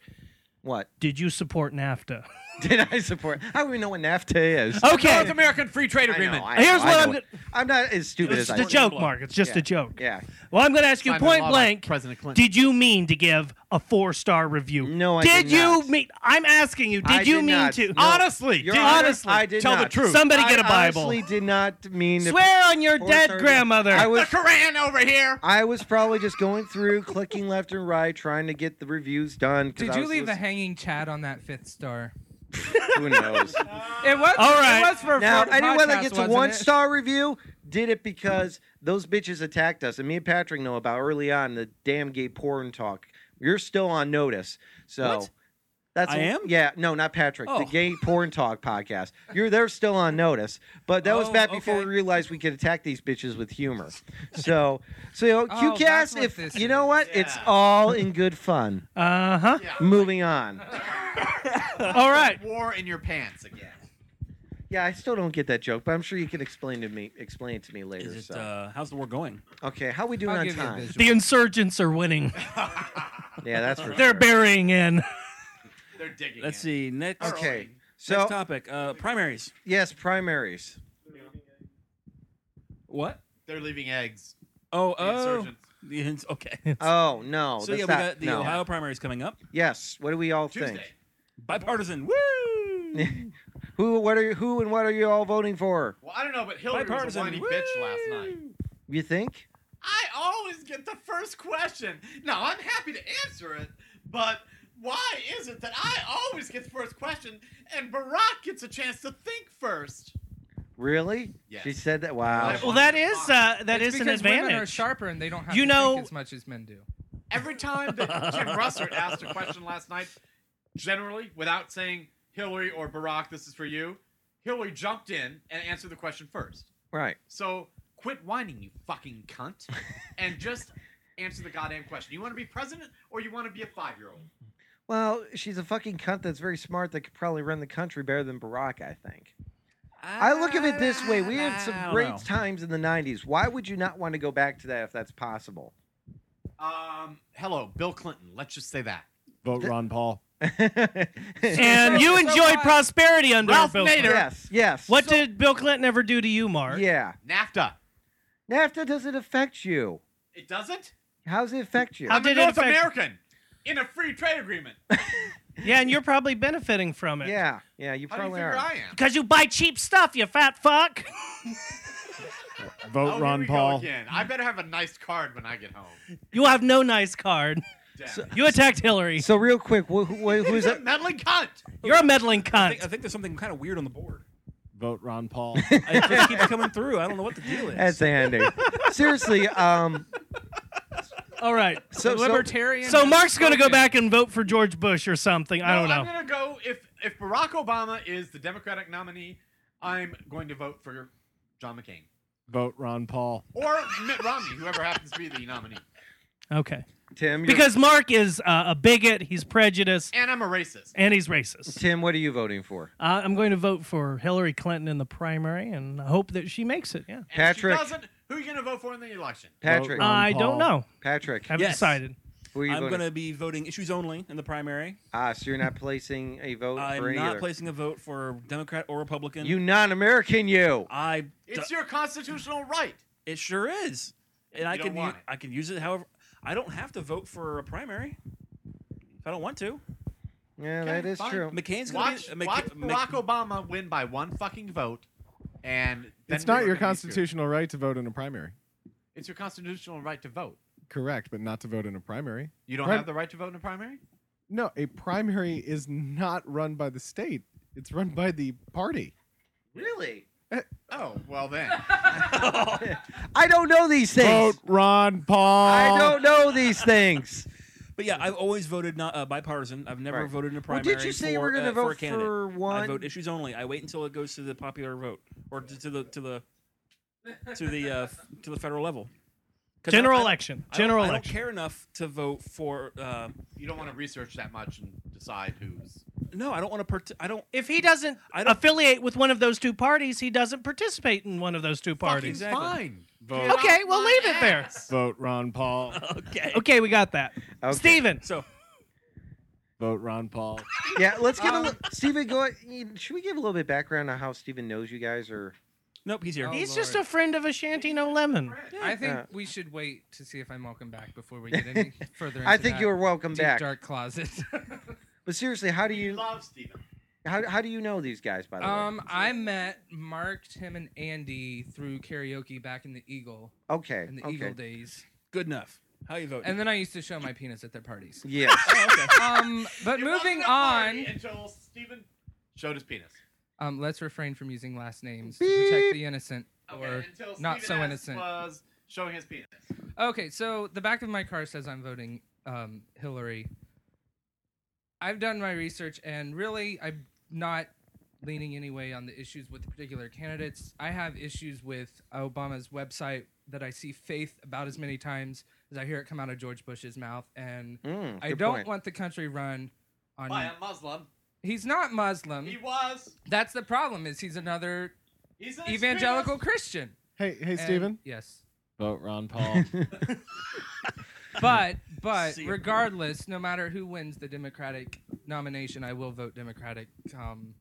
S5: What?
S7: Did you support NAFTA?
S5: Did I support? I don't even know what NAFTA is.
S7: Okay.
S4: North American Free Trade
S5: I know,
S4: Agreement.
S5: I know,
S7: Here's
S5: I
S7: what
S5: know
S7: I'm
S5: it. I'm not as stupid
S7: It's
S5: as
S7: just a
S5: I
S7: joke, Mark. It's just
S5: Yeah.
S7: a joke.
S5: Yeah.
S7: Well, I'm going to ask you
S4: Simon
S7: point
S4: Lobach,
S7: blank.
S4: President Clinton.
S7: Did you mean to give a four star review?
S5: No, I
S7: did
S5: did
S7: you
S5: not.
S7: mean? I'm asking you. Did
S5: I
S7: you
S5: did
S7: mean
S5: not.
S7: to?
S5: No.
S4: Honestly,
S5: Your
S4: did-
S5: Honor,
S7: honestly,
S5: I did
S4: tell the
S5: not.
S4: truth.
S7: Somebody
S5: I
S7: get a Bible.
S5: honestly did not mean to.
S7: Swear on your
S5: Or
S7: dead
S5: sorry,
S7: grandmother.
S5: I
S4: the
S5: was
S4: Koran over here.
S5: I was probably just going through, clicking left and right, trying to get the reviews done. 'cause
S1: Did
S5: I
S1: you
S5: was
S1: leave a
S5: listening-
S1: hanging chat on that fifth star?
S5: Who knows?
S1: It was.
S7: All right.
S1: It was for
S5: now,
S1: for the
S5: anyone
S1: podcast,
S5: that gets a
S1: wasn't
S5: one
S1: it?
S5: star review did it because those bitches attacked us, and me and Patrick know about early on the damn gay porn talk. You're still on notice, so.
S6: What?
S5: That's
S6: I am?
S5: Yeah, no, not Patrick.
S6: Oh.
S5: The Gay Porn Talk podcast. You're they're still on notice, but that was
S6: Oh,
S5: back before
S6: okay.
S5: we realized we could attack these bitches with humor. So, so you know,
S1: Oh, that's
S5: QCast,
S1: what
S5: if
S1: this
S5: you know what, it's all in good fun.
S7: Uh
S6: Uh-huh.
S7: huh.
S5: Moving on.
S7: All right.
S2: War in your pants again.
S5: Yeah, I still don't get that joke, but I'm sure you can explain to me. Explain it to me later.
S6: Is it,
S5: so.
S6: uh, how's the war going?
S5: okay, how we doing
S1: I'll
S5: on
S1: give you a
S5: time?
S1: visual.
S7: The insurgents are winning.
S5: Yeah, that's for
S7: They're
S5: sure.
S7: burying in.
S2: They're digging.
S6: Let's see. Next,
S5: Okay,
S6: Next
S5: so
S6: topic. Uh, primaries.
S5: yes, primaries.
S6: What?
S2: They're leaving eggs.
S6: Oh,
S2: The
S6: oh.
S2: insurgents.
S6: The ins- okay.
S5: Oh no, that's
S6: so yeah,
S5: not-
S6: we got the
S5: no.
S6: Ohio primaries coming up.
S5: Yes, what do we all
S2: Tuesday.
S6: Bipartisan. Woo!
S5: think? who, what are you, who, and what are you all voting for?
S2: Well, I don't know, but Hillary was a
S6: Bipartisan.
S2: whiny bitch last night.
S5: You think?
S2: I always get the first question. Now, I'm happy to answer it, but why is it that I always get the first question and Barack gets a chance to think first?
S5: Really?
S2: Yes.
S5: She said that. Wow.
S7: Well, that is uh, that is
S1: It's
S7: an
S1: because women are
S7: advantage.
S1: sharper and they don't have
S7: You
S1: to
S7: know-
S1: think as much as men do.
S2: Every time that Jim Russert asked a question last night, generally, without saying Hillary or Barack, this is for you, Hillary jumped in and answered the question first.
S5: Right.
S2: So quit whining, you fucking cunt, and just answer the goddamn question. You want to be president or you want to be a five year old?
S5: Well, she's a fucking cunt that's very smart that could probably run the country better than Barack, I think. I look at it this way. We had some
S6: don't
S5: great
S6: know.
S5: times in the 90s. Why would you not want to go back to that if that's possible?
S2: Um, hello, Bill Clinton. Let's just say that.
S8: Vote Ron Paul.
S7: and you
S1: So
S7: enjoyed
S1: what?
S7: prosperity under
S2: Ralph
S7: Bill
S2: Nader.
S7: Clinton.
S5: yes, yes.
S7: What did Bill Clinton ever do to you, Mark?
S5: Yeah.
S2: NAFTA.
S5: NAFTA doesn't affect you.
S2: It doesn't?
S5: How does it affect you?
S7: How
S2: I'm a
S7: did it
S2: North
S7: affect-
S2: American in a free trade agreement.
S7: Yeah, and you're probably benefiting from it.
S5: yeah, yeah, you
S2: How do you
S5: probably
S2: figure
S5: are.
S2: I am?
S7: Because you buy cheap stuff, you fat fuck.
S8: Vote
S2: Oh, here
S8: Ron
S2: we go
S8: Paul.
S2: again. I better have a nice card when I get home.
S7: You have no nice card.
S2: Damn.
S7: You attacked Hillary.
S5: So real quick, wh- wh- who's
S2: He's a
S5: that?
S2: meddling cunt.
S7: You're a meddling
S6: I think, I
S7: cunt.
S6: think there's something kind of weird on the board.
S8: Vote Ron Paul.
S6: It just keeps coming through. I don't know what the deal is.
S5: That's Andy. Seriously, um,
S7: All right.
S5: so, so
S1: Libertarian.
S7: So
S1: has
S7: Mark's going to go
S1: spoken.
S7: back and vote for George Bush or something. I don't
S2: No,
S7: know.
S2: I'm gonna go if if Barack Obama is the Democratic nominee, I'm going to vote for John McCain
S8: Vote Ron Paul.
S2: or Mitt Romney, whoever happens to be the nominee.
S7: Okay.
S5: Tim, you're-
S7: Because Mark is uh, a bigot, he's prejudiced,
S2: And I'm a racist.
S7: and he's racist.
S5: Tim, what are you voting for?
S7: Uh, I'm going to vote for Hillary Clinton in the primary and hope that she makes it. Yeah.
S2: And if she
S5: Patrick.
S2: doesn't, who are you gonna vote for in the election?
S5: Patrick,
S8: Ron
S7: I don't
S8: Paul.
S7: know.
S5: Patrick,
S7: I haven't
S6: Yes.
S7: decided.
S5: Who are you
S6: I'm
S5: voting?
S6: going to be voting issues only in the primary.
S5: Ah, so you're not placing a vote for
S6: I'm
S5: either.
S6: not placing a vote for Democrat or Republican.
S5: you non-American, you.
S6: I.
S2: It's your constitutional right.
S6: It sure is, and I
S2: you
S6: can
S2: don't want
S6: u- I can use it however. I don't have to vote for a primary if I don't want to.
S5: Yeah,
S6: Okay,
S5: that is
S6: fine.
S5: true.
S6: McCain's gonna
S2: Watch,
S6: be, uh, Mc-
S2: watch
S6: Mc-
S2: Barack Obama win by one fucking vote, and then
S8: it's
S2: we
S8: not
S2: were
S8: your
S2: gonna be screwed.
S8: constitutional right to vote in a primary.
S2: It's your constitutional right to vote.
S8: Correct, but not to vote in a primary.
S2: You don't
S8: Prim-
S2: have the right to vote in a primary.
S8: No, a primary is not run by the state. It's run by the party.
S5: Really?
S2: Oh well, then
S5: I don't know these things.
S8: Vote Ron Paul.
S5: I don't know these things.
S6: But yeah, I've always voted not uh, bipartisan. I've never
S5: Right.
S6: voted in a
S5: Well,
S6: primary.
S5: did you say you
S6: for,
S5: were gonna
S6: uh, for,
S5: vote
S6: a candidate.
S5: for
S6: I
S5: one?
S6: vote issues only. I wait until it goes to the popular vote or to, to the to the to the uh, f- to the federal level. 'Cause I don't-
S7: General
S6: I don't-
S7: election.
S6: I don't-
S7: General
S6: I don't,
S7: election.
S6: care enough to vote for. Uh,
S2: you don't want to research that much and decide who's.
S6: no, I don't want to. Part- I don't.
S7: If he doesn't
S6: I don't-
S7: affiliate with one of those two parties, he doesn't participate in one of those two parties.
S6: Exactly.
S2: Fine.
S8: Vote.
S7: Okay, we'll leave it there.
S8: Vote Ron Paul.
S6: Okay.
S7: Okay, we got that.
S5: Okay.
S7: Steven.
S6: So
S8: Vote Ron Paul.
S5: Yeah, let's give a li- Stephen. Go. Should we give a little bit of background on how Stephen knows you guys, or
S6: nope, he's here.
S1: Oh,
S7: He's
S1: Lord.
S7: just a friend of Ashanti No Lemon.
S1: I think
S5: Yeah.
S1: we should wait to see if I'm welcome back before we get any further. Into
S5: I think
S1: that
S5: you were welcome
S1: deep
S5: back.
S1: dark closet.
S5: But seriously, how do
S2: You
S5: you
S2: love Steven.
S5: how, how do you know these guys? By the
S1: um, I met Mark, Tim, and Andy through karaoke back in the Eagle
S5: way, okay,
S1: in the
S5: okay,
S1: Eagle days,
S6: Good enough. How you vote?
S1: and then I used to show my penis at their parties.
S5: yes.
S1: Um, but
S2: You
S1: moving
S2: wasn't a party
S1: on,
S2: until Steven showed his penis.
S1: um, let's refrain from using last names to protect the innocent
S2: Okay,
S1: or
S2: until uh, Stephen
S1: not so
S2: S.
S1: innocent.
S2: was showing his penis.
S1: Okay, so the back of my car says I'm voting um, Hillary. I've done my research, and really, I'm not leaning anyway on the issues with the particular candidates. I have issues with Obama's website that I see faith about as many times as I hear it come out of George Bush's mouth, and
S5: Mm,
S1: I
S5: good
S1: don't
S5: point.
S1: want the country run on.
S2: By a Muslim.
S1: He's not Muslim.
S2: He was.
S1: That's the problem. Is he's another
S2: He's an
S1: evangelical Christian?
S8: Hey, hey,
S1: And-
S8: Steven.
S1: Yes.
S8: Vote Ron Paul.
S1: but but
S6: See ya.
S1: regardless, no matter who wins the Democratic nomination, I will vote Democratic come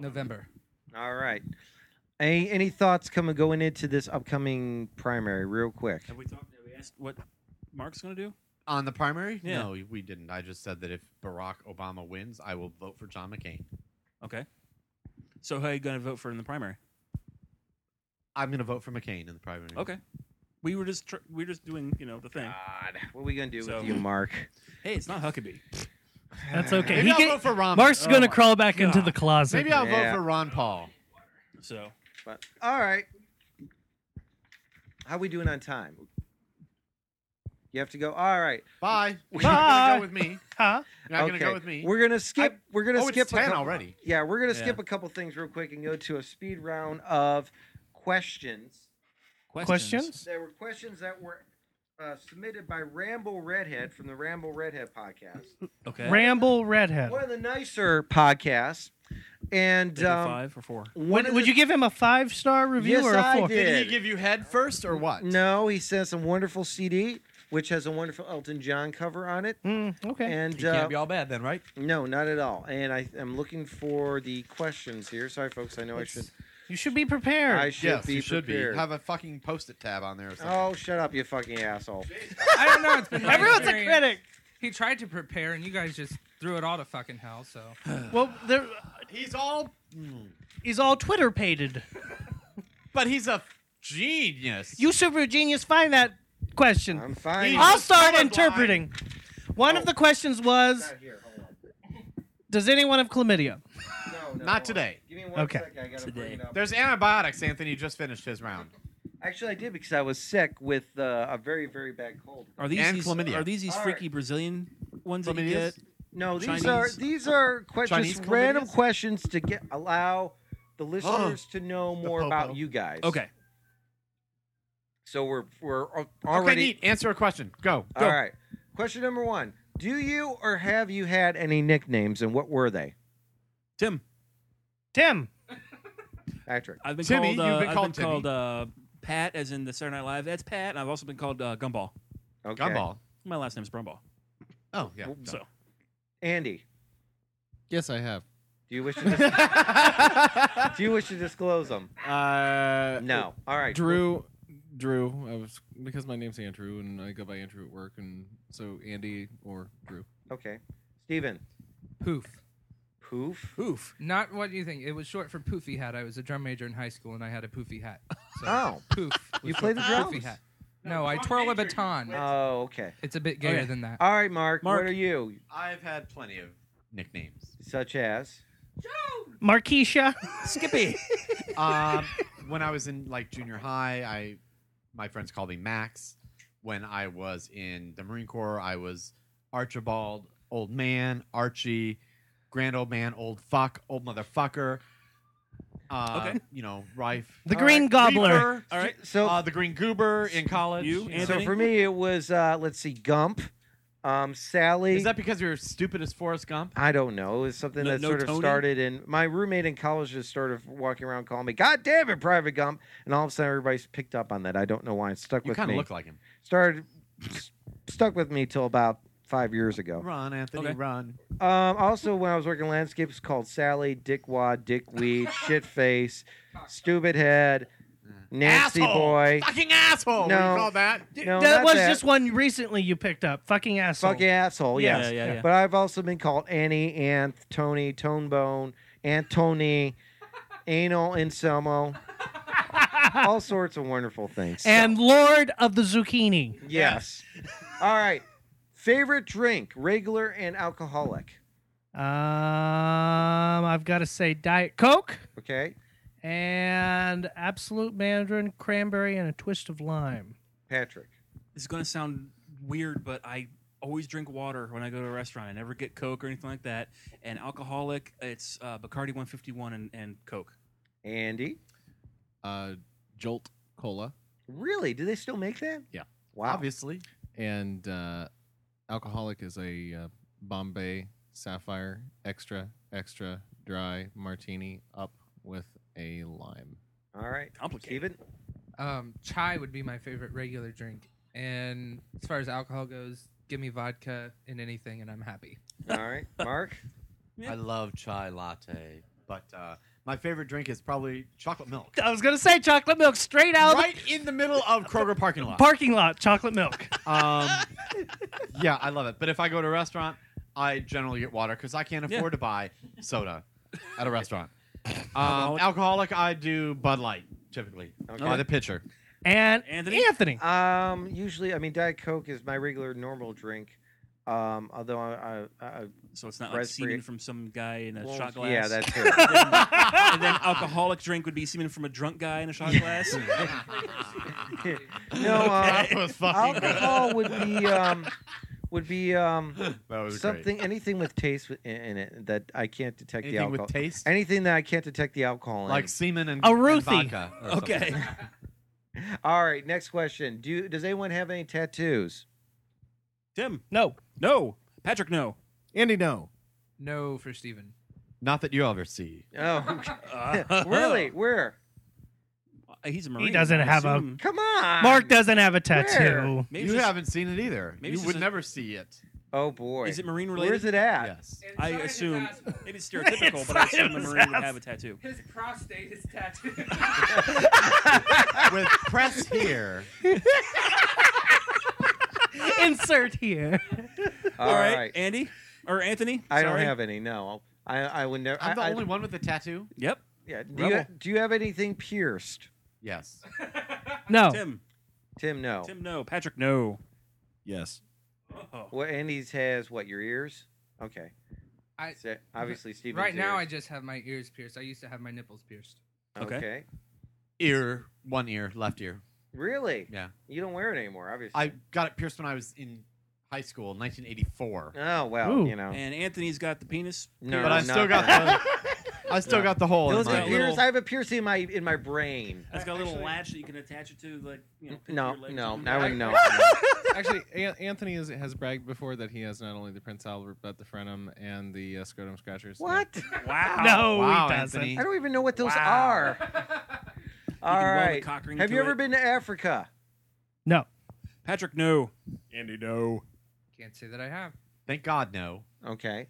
S1: November.
S5: All right. Any any thoughts coming going into this upcoming primary, real quick?
S6: have we talked? Have we asked what Mark's going to do?
S2: On the primary?
S6: Yeah.
S2: No, we didn't. I just said that if Barack Obama wins, I will vote for John McCain.
S6: Okay. So how you going to vote for in the primary?
S2: I'm going to vote for McCain in the primary.
S6: Okay. We were just tr- we were just doing you know the thing.
S5: God, what are we gonna do
S6: So-
S5: with you, Mark?
S6: Hey, it's not Huckabee.
S7: That's okay.
S2: Eh. Maybe
S7: He
S2: I'll
S7: get-
S2: vote for Ron.
S7: Mark's
S6: Oh
S7: gonna
S6: my
S7: crawl back into
S6: God.
S7: the closet.
S2: Maybe I'll
S5: Yeah.
S2: vote for Ron Paul.
S6: So
S5: But all right, how we doing on time? You have to go. All right,
S2: Bye. You're
S7: Bye.
S2: gonna go with me.
S7: Huh?
S2: You're not
S5: okay.
S2: gonna go with me.
S5: We're gonna skip. we're gonna
S2: oh,
S5: skip
S2: it's
S5: a
S2: ten
S5: couple-
S2: already.
S5: Yeah, we're gonna
S6: Yeah.
S5: skip a couple things real quick and go to a speed round of questions.
S7: Questions?
S5: There were questions that were uh, submitted by Ramble Redhead from the Ramble Redhead podcast,
S6: Okay.
S7: Ramble Redhead.
S5: one of the nicer podcasts. And
S6: They did
S5: um,
S6: five or four.
S5: one
S7: Would,
S5: of
S7: would
S5: the-
S7: you give him a five star review
S5: Yes,
S7: or a
S5: I
S7: four?
S5: did.
S2: Did he give you head first or what?
S5: No, he sent some wonderful CD, which has a wonderful Elton John cover on it.
S6: Hmm,
S7: Mm, okay.
S5: And
S2: You
S5: uh,
S2: can't be all bad then, right?
S5: no, not at all. And I am looking for the questions here. Sorry, folks. I know I should.
S7: you should be prepared.
S5: I should be
S2: you should
S5: prepared.
S2: be. Have a fucking post-it tab on there or something.
S5: Oh, shut up, you fucking asshole!
S1: I don't know. It's been my
S7: Everyone's a
S1: experience.
S7: critic.
S1: He tried to prepare, and you guys just threw it all to fucking hell. So
S7: Well, there,
S2: He's all,
S7: he's all Twitter pated.
S2: but he's a
S5: Oh.
S2: genius.
S7: You super genius, find that question.
S5: I'm fine.
S2: He-
S7: I'll start
S2: colorblind.
S7: interpreting. One of the questions was
S5: Not here, hold on.
S7: Does anyone have chlamydia?
S5: Oh, No, no,
S2: Not
S5: hold
S2: today.
S5: on. Give me one
S7: Okay.
S5: second, I gotta bring it up.
S2: There's antibiotics. Anthony just finished his round.
S5: Actually, I did because I was sick with uh, a very, very bad cold.
S6: Are these,
S2: And
S6: these
S2: chlamydia.
S6: are these these
S5: All right.
S6: freaky Brazilian ones that you
S2: Chlamydias?
S6: get?
S5: No, these
S6: Chinese-
S5: are these are questions,
S2: Chinese
S5: random
S2: chlamydias?
S5: questions to get allow the listeners to know more
S2: popo.
S5: about you guys.
S6: Okay.
S5: So we're we're al-
S2: Okay,
S5: already
S2: neat. Answer a question. Go. Go.
S5: all right. Question number one: Do you or have you had any nicknames, and what were they?
S6: Tim,
S7: Tim.
S5: Patrick.
S6: I've been
S2: Timmy,
S6: called. Uh,
S2: you've been
S6: I've
S2: called
S6: been called uh, Pat, as in the Saturday Night Live. That's Pat, and I've also been called uh, Gumball.
S5: Okay.
S2: Gumball.
S6: My last name's Brumbaugh.
S2: Oh yeah.
S6: So
S5: Andy,
S8: Yes, I have.
S5: do you wish to dis- do you wish to disclose them?
S8: Uh,
S5: No. All right.
S8: Drew, Drew. I was because my name's Andrew and I go by Andrew at work, and so Andy or Drew.
S5: Okay. Steven.
S1: Poof.
S5: Poof.
S1: Poof. Not what you think. It was short for poofy hat. I was a drum major in high school and I had a poofy hat. So
S5: Oh.
S1: poof.
S5: You
S1: was
S5: play
S1: short
S5: the
S1: for
S5: drums?
S1: Poofy hat. No, I twirl a baton.
S5: Oh, okay.
S1: It's a bit gayer
S6: Okay.
S1: than that.
S5: All right, Mark.
S6: Mark.
S5: What are you?
S2: I've had plenty of nicknames.
S5: Such as
S7: Marquisha.
S2: Skippy. um, when I was in like junior high, I my friends called me Max. When I was in the Marine Corps, I was Archibald, old man, Archie, grand old man, old fuck, old motherfucker. Uh,
S6: Okay.
S2: You know, Rife.
S7: The Green Gobbler.
S2: Reaper,
S6: All right.
S5: so.
S2: uh, the Green Goober in college.
S6: You,
S2: know.
S5: so
S6: Anthony?
S5: for me, it was uh, let's see, Gump, um, Sally.
S2: Is that because you were stupid as Forrest Gump?
S5: I don't know. It was something
S6: No-
S5: that
S6: no
S5: sort of
S6: Tony?
S5: started in my roommate in college just started walking around calling me, God damn it, Private Gump. And all of a sudden everybody's picked up on that. I don't know why it stuck
S2: You
S5: with
S2: kind
S5: me.
S2: of look like him.
S5: started stuck with me till about five years ago.
S2: Run, Anthony,
S6: Okay.
S2: run.
S5: Um, also, when I was working landscape, it's called Sally, Dickwad, Dickweed, Shitface, Stupid Head, Nasty
S2: asshole,
S5: Boy,
S2: fucking asshole. What do
S5: No.
S2: you call that?
S5: No,
S7: that
S5: not
S7: was
S5: that.
S7: just one recently you picked up. Fucking asshole.
S5: fucking asshole.
S7: Yeah,
S5: Yes.
S6: yeah, yeah, yeah.
S5: But I've also been called Annie, Anth, Tony, Tonebone, Antony, Anal Inselmo, all sorts of wonderful things.
S7: And Lord of the Zucchini.
S5: yes. all right. Favorite drink, regular and alcoholic.
S7: Um, I've got to say Diet Coke
S5: Okay.
S7: and Absolute Mandarin Cranberry and a twist of lime.
S5: Patrick.
S6: this is gonna sound weird, but I always drink water when I go to a restaurant. I never get Coke or anything like that. And alcoholic, it's uh, Bacardi 151 and, and Coke.
S5: Andy.
S8: Uh, Jolt Cola
S5: Really? Do they still make that?
S8: Yeah.
S5: Wow.
S2: Obviously.
S8: and uh, alcoholic is a uh, Bombay Sapphire extra extra dry martini up with a lime.
S5: All right.
S6: Complicated.
S5: Steven?
S1: Um, chai would be my favorite regular drink. And as far as alcohol goes, give me vodka and anything and I'm happy.
S5: All right. Mark?
S2: I love chai latte, but uh, my favorite drink is probably chocolate milk.
S7: I was going to say chocolate milk straight out of
S2: Right in the middle of Kroger parking
S7: the
S2: lot.
S7: parking lot. Chocolate milk.
S2: Um, yeah, I love it. But if I go to a restaurant, I generally get water because I can't
S6: Yeah.
S2: afford to buy soda at a restaurant. Um,
S6: Alcoholic?
S2: alcoholic, I do Bud Light typically by the pitcher.
S7: And
S6: Anthony?
S7: Anthony.
S5: Um, usually, I mean, Diet Coke is my regular normal drink. Um, although I, I, I
S6: So it's not like
S5: Raspberry-
S6: semen from some guy in a
S5: well,
S6: shot glass.
S5: yeah, that's it.
S6: and then alcoholic drink would be semen from a drunk guy in a shot glass.
S5: no, uh,
S2: That was fucking good.
S5: alcohol would be um, would be um,
S2: That was great.
S5: something anything with taste wi- in- in it that I can't detect the
S2: Anything
S5: alcohol.
S2: with taste,
S5: anything that I can't detect the alcohol in.
S2: like semen and,
S7: A
S2: and
S7: Ruthie.
S2: vodka. or something.
S6: okay.
S5: All right, next question. Do you, does anyone have any tattoos?
S6: Tim.
S7: No.
S6: No. Patrick, no.
S8: Andy, no.
S1: No for Steven.
S2: Not that you ever see.
S5: Oh,
S6: Uh,
S5: really? Where?
S6: He's a Marine.
S7: He doesn't
S6: I
S7: have a-
S6: assume.
S5: Come on,
S7: Mark doesn't have a tattoo.
S6: Maybe
S2: you
S6: it's just-
S2: haven't seen it either.
S6: maybe
S2: you
S6: it's
S2: would
S6: just a-
S2: never see it.
S5: Oh boy.
S6: Is it Marine related?
S5: Where is it at?
S2: Yes.
S6: I assume. Maybe it's stereotypical, but I
S7: Inside of
S6: assume a
S7: his
S6: Marine would
S7: ass.
S6: have a tattoo.
S1: His prostate is tattooed.
S2: With press here.
S7: Insert here.
S5: All right.
S6: Andy or Anthony?
S5: I don't
S6: Sorry.
S5: have any. No, I I would never.
S2: I'm the
S5: I- I-
S2: only one with a tattoo.
S6: Yep.
S5: Yeah. Do you,
S6: Rebel.
S5: do you have anything pierced?
S2: Yes.
S7: No.
S6: Tim.
S5: Tim, no.
S6: Tim, no. Patrick, no.
S8: Yes.
S5: What Andy's has? What your ears? Okay.
S1: I-
S5: So, obviously Steven's
S1: right now, I
S5: ears.
S1: just have my ears pierced. I used to have my nipples pierced.
S5: okay.
S6: Okay.
S2: Ear, one ear, left ear.
S5: Really?
S2: Yeah.
S5: You don't wear it anymore, obviously.
S2: I got it pierced when I was in high school, 1984.
S5: Oh well,
S7: Ooh.
S5: you know.
S6: And Anthony's got the penis.
S5: No,
S2: but I
S5: not
S2: still got
S5: that.
S2: the. I still got the hole in
S5: Those
S2: my
S5: are
S6: got
S2: ear.
S6: little-
S5: ears. I have a piercing in my in my brain.
S6: It's got a little
S8: Actually-
S6: latch that you can attach it to, like you know. pin
S5: No,
S6: your leg or
S5: no,
S6: something.
S5: I wouldn't know.
S8: Actually, An- Anthony is, has bragged before that he has not only the Prince Albert but the frenum and the uh, scrotum scratchers.
S5: what?
S6: Wow.
S7: No,
S2: wow,
S7: he doesn't.
S2: Anthony.
S5: I don't even know what those
S6: Wow.
S5: are. All
S6: can weld a
S5: right.
S6: cock ring
S5: Have
S6: to
S5: you ever
S6: it.
S5: been to Africa?
S7: No.
S6: Patrick, no.
S2: Andy, no.
S1: Can't say that I have.
S2: Thank God, no.
S5: Okay.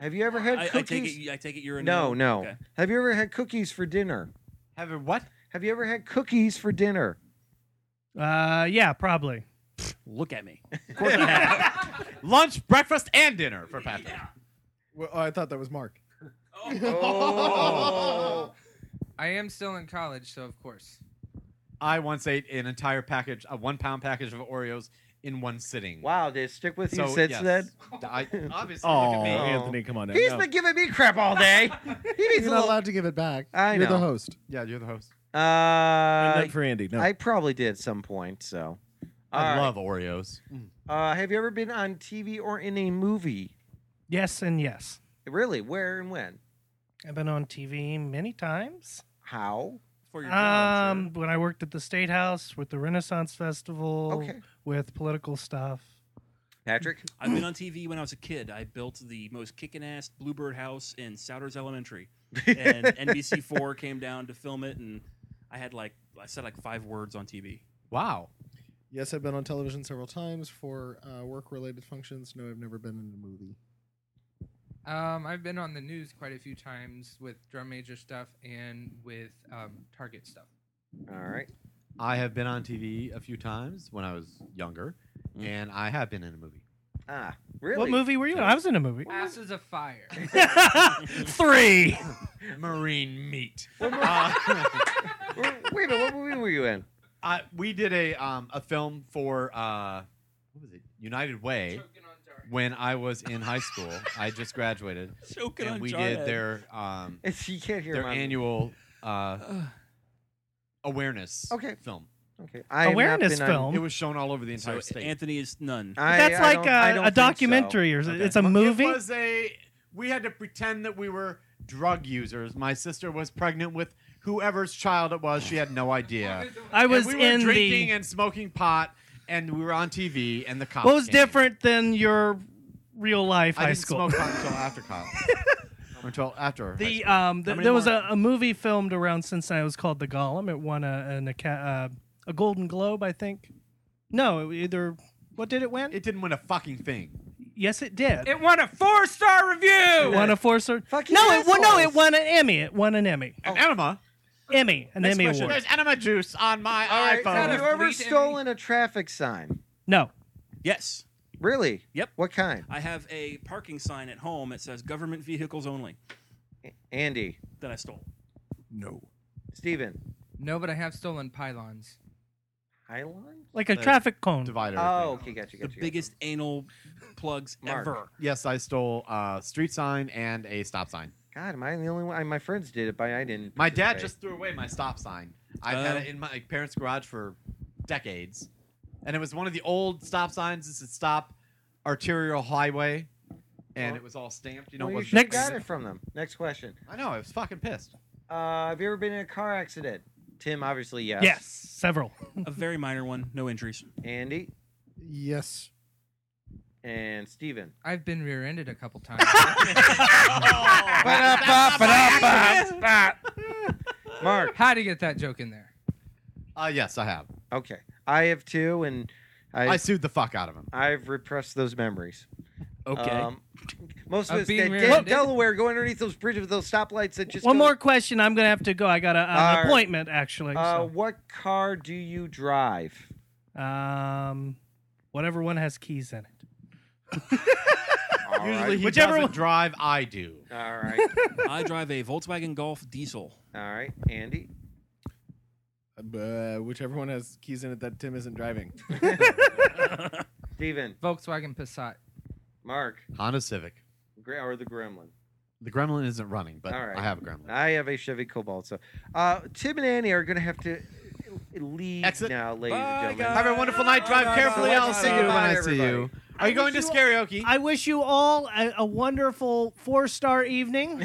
S5: Have you ever had
S1: I- I take
S5: cookies?
S1: it- I take it you're a
S5: no,
S1: no.
S5: no.
S1: Okay.
S5: Have you ever had cookies for dinner?
S2: Have what?
S5: Have you ever had cookies for dinner?
S7: Uh, yeah, probably.
S6: Look at me.
S2: Lunch, breakfast, and dinner for Patrick.
S12: Well, oh, I thought that was Mark.
S2: Oh.
S1: I am still in college, so of course.
S2: I once ate an entire package, a one pound package of Oreos in one sitting.
S5: Wow, did it stick with you
S2: So,
S5: since
S2: yes.
S5: then?
S2: I, obviously, look
S5: Oh.
S2: at me.
S8: Anthony, come on now.
S5: He's
S8: No.
S5: been giving me crap all day. He needs
S12: You're
S5: a
S12: not
S5: little.
S12: allowed to give it back.
S5: I
S12: You're the
S5: know.
S12: host.
S2: Yeah, you're the host.
S5: Uh,
S8: Not for Andy. No.
S5: I probably did at some point. So,
S2: I
S5: All right.
S2: love Oreos.
S5: uh, have you ever been on TV or in a movie?
S7: Yes and yes.
S5: Really? Where and when?
S7: I've been on TV many times.
S5: How?
S6: For your job,
S7: Um, when I worked at the State House with the Renaissance Festival,
S5: Okay.
S7: with political stuff.
S5: Patrick?
S6: sure. I've been on TV when I was a kid. I built the most kicking ass Bluebird house in Souders Elementary, and NBC4 came down to film it, and I had like I said like five words on TV.
S2: Wow.
S12: Yes, I've been on television several times for uh, work-related functions. No, I've never been in a movie.
S1: Um, I've been on the news quite a few times with drum major stuff and with um, Target stuff.
S5: All right.
S2: I have been on TV a few times when I was younger,
S5: Mm.
S2: and I have been in a movie.
S5: Ah, really?
S7: What movie were you in? I was in a movie.
S1: Asses of fire.
S7: Three.
S2: Marine meat. Uh,
S5: What movie? Wait a minute. What movie were you in?
S2: I, we did a um, a film for uh, what was it? United Way. When I was in high school, I just graduated,
S6: Choking
S2: and we did their um,
S5: It's, you can't hear
S2: their
S5: my
S2: annual uh, awareness
S5: Okay.
S2: film.
S5: Okay. I have not
S7: Awareness
S5: been on-
S7: film.
S2: It was shown all over the
S6: So
S2: entire state.
S6: Anthony is none.
S5: I-
S7: That's
S5: I
S7: like uh,
S5: don't- I
S7: a,
S5: don't
S7: a
S5: think so.
S7: documentary or
S2: Okay.
S7: it's a
S2: Well,
S7: movie.
S2: It was a. We had to pretend that we were drug users. My sister was pregnant with whoever's child it was. She had no idea.
S7: I
S2: And
S7: was
S2: we were
S7: in
S2: drinking
S7: the.
S2: and smoking pot, and we were on TV. And the cops.
S7: What was
S2: came.
S7: different than your real life
S2: I
S7: high
S2: didn't
S7: school?
S2: smoke pot until after college. Or until after. high
S7: The
S2: school.
S7: um, the,
S6: many
S7: there was
S6: more-
S7: a, a movie filmed around Cincinnati. It was called The Golem. It won a an, aca- uh, a Golden Globe, I think. No, it either what did it win?
S2: it didn't win a fucking thing.
S7: yes, it did.
S1: It won a four star
S7: It
S1: review.
S7: won a four star.
S5: Fucking
S7: No, it won. No, it
S5: assholes.
S7: won an Emmy. It won an Emmy.
S2: Oh. An enema.
S7: Emmy, an Uh, Emmy award.
S2: There's enema juice on my
S5: All right.
S2: iPhone.
S5: Have you ever
S1: Bleed Emmy.
S5: stolen a traffic sign?
S7: No,
S6: yes,
S5: Really?
S6: Yep.
S5: What kind?
S6: I have a parking sign at home that says "Government vehicles only"
S5: Andy,
S6: that I stole.
S12: No.
S5: Steven,
S1: No, but I have stolen pylons.
S5: Hylon?
S7: like a
S2: The
S7: traffic cone.
S2: Divider.
S5: Oh,
S2: thing.
S5: okay, gotcha,
S6: The
S5: gotcha. gotcha.
S6: biggest anal plugs
S5: Mark.
S6: ever.
S2: Yes, I stole a street sign and a stop sign.
S5: God, am I the only one? My friends did it, but I didn't.
S2: My dad
S5: participate.
S2: just threw away my stop sign. I've had
S6: Oh.
S2: it in my parents' garage for decades. And it was one of the old stop signs. This is stop arterial highway. And it was all stamped. You know,
S5: Well,
S2: it
S5: you
S2: wasn't-
S5: should have
S7: Next-
S5: got it from them. Next question.
S2: I know, I was fucking pissed.
S5: Uh, have you ever been in a car accident? Tim, obviously, yes.
S7: Yes, several.
S6: A very minor one, no injuries.
S5: Andy
S12: Yes.
S5: and Steven.
S1: I've been rear ended a couple times.
S5: Mark.
S1: How to get that joke in there?
S2: Uh, yes, I have.
S5: Okay. I have two, and
S2: I
S5: I,
S2: sued the fuck out of him.
S5: I have repressed those memories.
S6: Okay.
S5: Um, most of,
S1: Of
S5: us that
S1: being rear-ended?
S5: did Delaware go underneath those bridges with those stoplights that just
S7: One
S5: go-
S7: more question. I'm gonna have to go. I got a, an
S5: Alright.
S7: appointment actually.
S5: Uh,
S7: so.
S5: what car do you drive?
S7: Um, whatever one has keys in it.
S5: All
S2: Usually
S5: right.
S2: he
S7: Whichever
S2: doesn't
S7: one-
S2: drive, I do.
S5: All right.
S6: I drive a Volkswagen Golf diesel.
S5: All right. Andy.
S12: Uh, whichever one has keys in it that Tim isn't driving.
S5: Steven.
S1: Volkswagen Passat.
S5: Mark.
S2: Honda Civic.
S5: Gre- Or the Gremlin.
S2: The gremlin isn't running, but
S5: All right.
S2: I have a gremlin.
S5: I have a Chevy Cobalt. So, uh, Tim and Annie are going to have to leave
S2: Exit.
S5: now, ladies
S6: Bye,
S5: and gentlemen.
S2: Have a wonderful night. Drive
S6: Bye, bye,
S2: carefully.
S6: bye,
S2: I'll
S6: bye,
S2: see you
S6: bye,
S2: when
S5: bye,
S2: I see
S5: everybody.
S2: you. Are you going to karaoke?
S7: I wish you all a, a wonderful four star evening.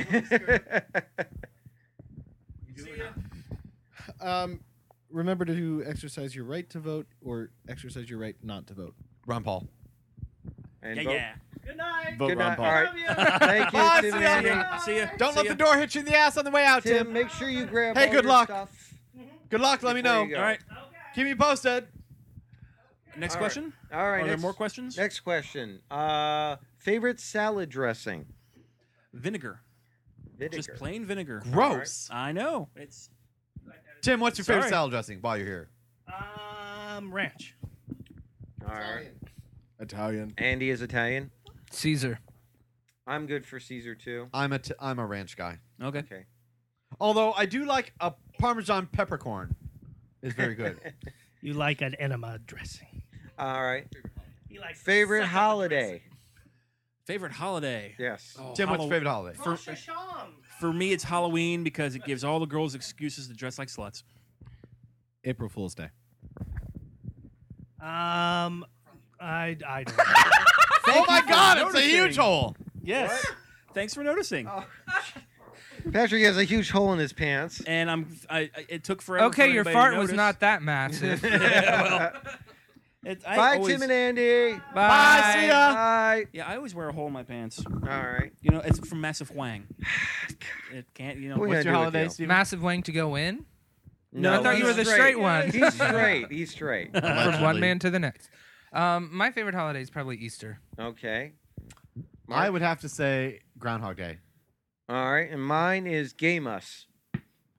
S12: Um, remember to exercise your right to vote or exercise your right not to vote.
S2: Ron Paul.
S5: and
S6: Yeah,
S5: vote-
S6: yeah.
S2: Vote
S5: Good
S2: Ron
S5: night.
S2: Paul.
S5: All right. Thank
S2: Bye,
S5: you, Tim
S2: see
S5: and
S2: ya.
S5: Annie.
S6: Yeah, See ya.
S2: Don't
S6: See
S2: let
S6: ya.
S2: the door hit you in the ass on the way out, Tim.
S5: Tim, make sure you grab.
S2: Hey,
S5: all
S2: good
S5: your
S2: luck.
S5: Stuff
S2: Good luck. Let me
S5: before
S2: know.
S5: you go.
S6: All right.
S2: Keep me posted.
S6: Next
S5: All right.
S6: question?
S5: All right.
S6: Are there
S5: next-
S6: more questions?
S5: Next question. Uh, favorite salad dressing?
S6: Vinegar.
S5: Vinegar.
S6: Just plain vinegar.
S2: Gross.
S6: I know. It's
S2: Tim, what's your favorite
S6: Sorry.
S2: salad dressing while you're here?
S7: Um, ranch.
S5: All right.
S12: Italian.
S5: Andy is Italian.
S1: Caesar.
S5: I'm good for Caesar too.
S2: I'm a t- I'm a ranch guy.
S6: Okay.
S5: Okay.
S2: Although I do like a Parmesan peppercorn. It's very good.
S7: You like an enema dressing.
S5: All right.
S7: He likes
S5: Favorite holiday?
S6: favorite holiday.
S5: Yes.
S6: Oh,
S2: Tim, what's your
S6: Hallow-
S2: favorite holiday?
S6: For, for me, it's Halloween because it gives all the girls excuses to dress like sluts.
S8: April Fool's Day.
S7: Um, I I don't. know.
S2: oh my
S6: for
S2: God, it's a
S6: noticing.
S2: huge hole.
S6: Yes. Thanks for
S5: Um,
S6: noticing.
S7: Oh,
S5: Patrick has a huge hole in his pants.
S6: And I'm. I, I- it took forever.
S1: Okay,
S6: for
S1: your
S6: anybody to
S1: fart was
S6: notice.
S1: not that massive.
S6: It, I
S5: Bye,
S6: always-
S5: Tim and Andy.
S1: Bye.
S6: see ya.
S5: Bye.
S6: Yeah, I always wear a hole in my pants.
S5: All right.
S6: You know, it's from Massive Wang. It can't. You know.
S5: We're gonna
S6: what's your
S5: do it,
S6: holiday?
S5: Dale.
S2: Steven?
S1: Massive wang to go in
S5: No,
S1: I thought
S5: he's
S1: you were the straight one.
S5: He's straight. He's straight.
S1: from one
S2: Allegedly.
S1: man to the next. Um, my favorite holiday is probably Easter.
S5: Okay.
S2: I would have to say Groundhog Day.
S5: All right. And mine is Gamus.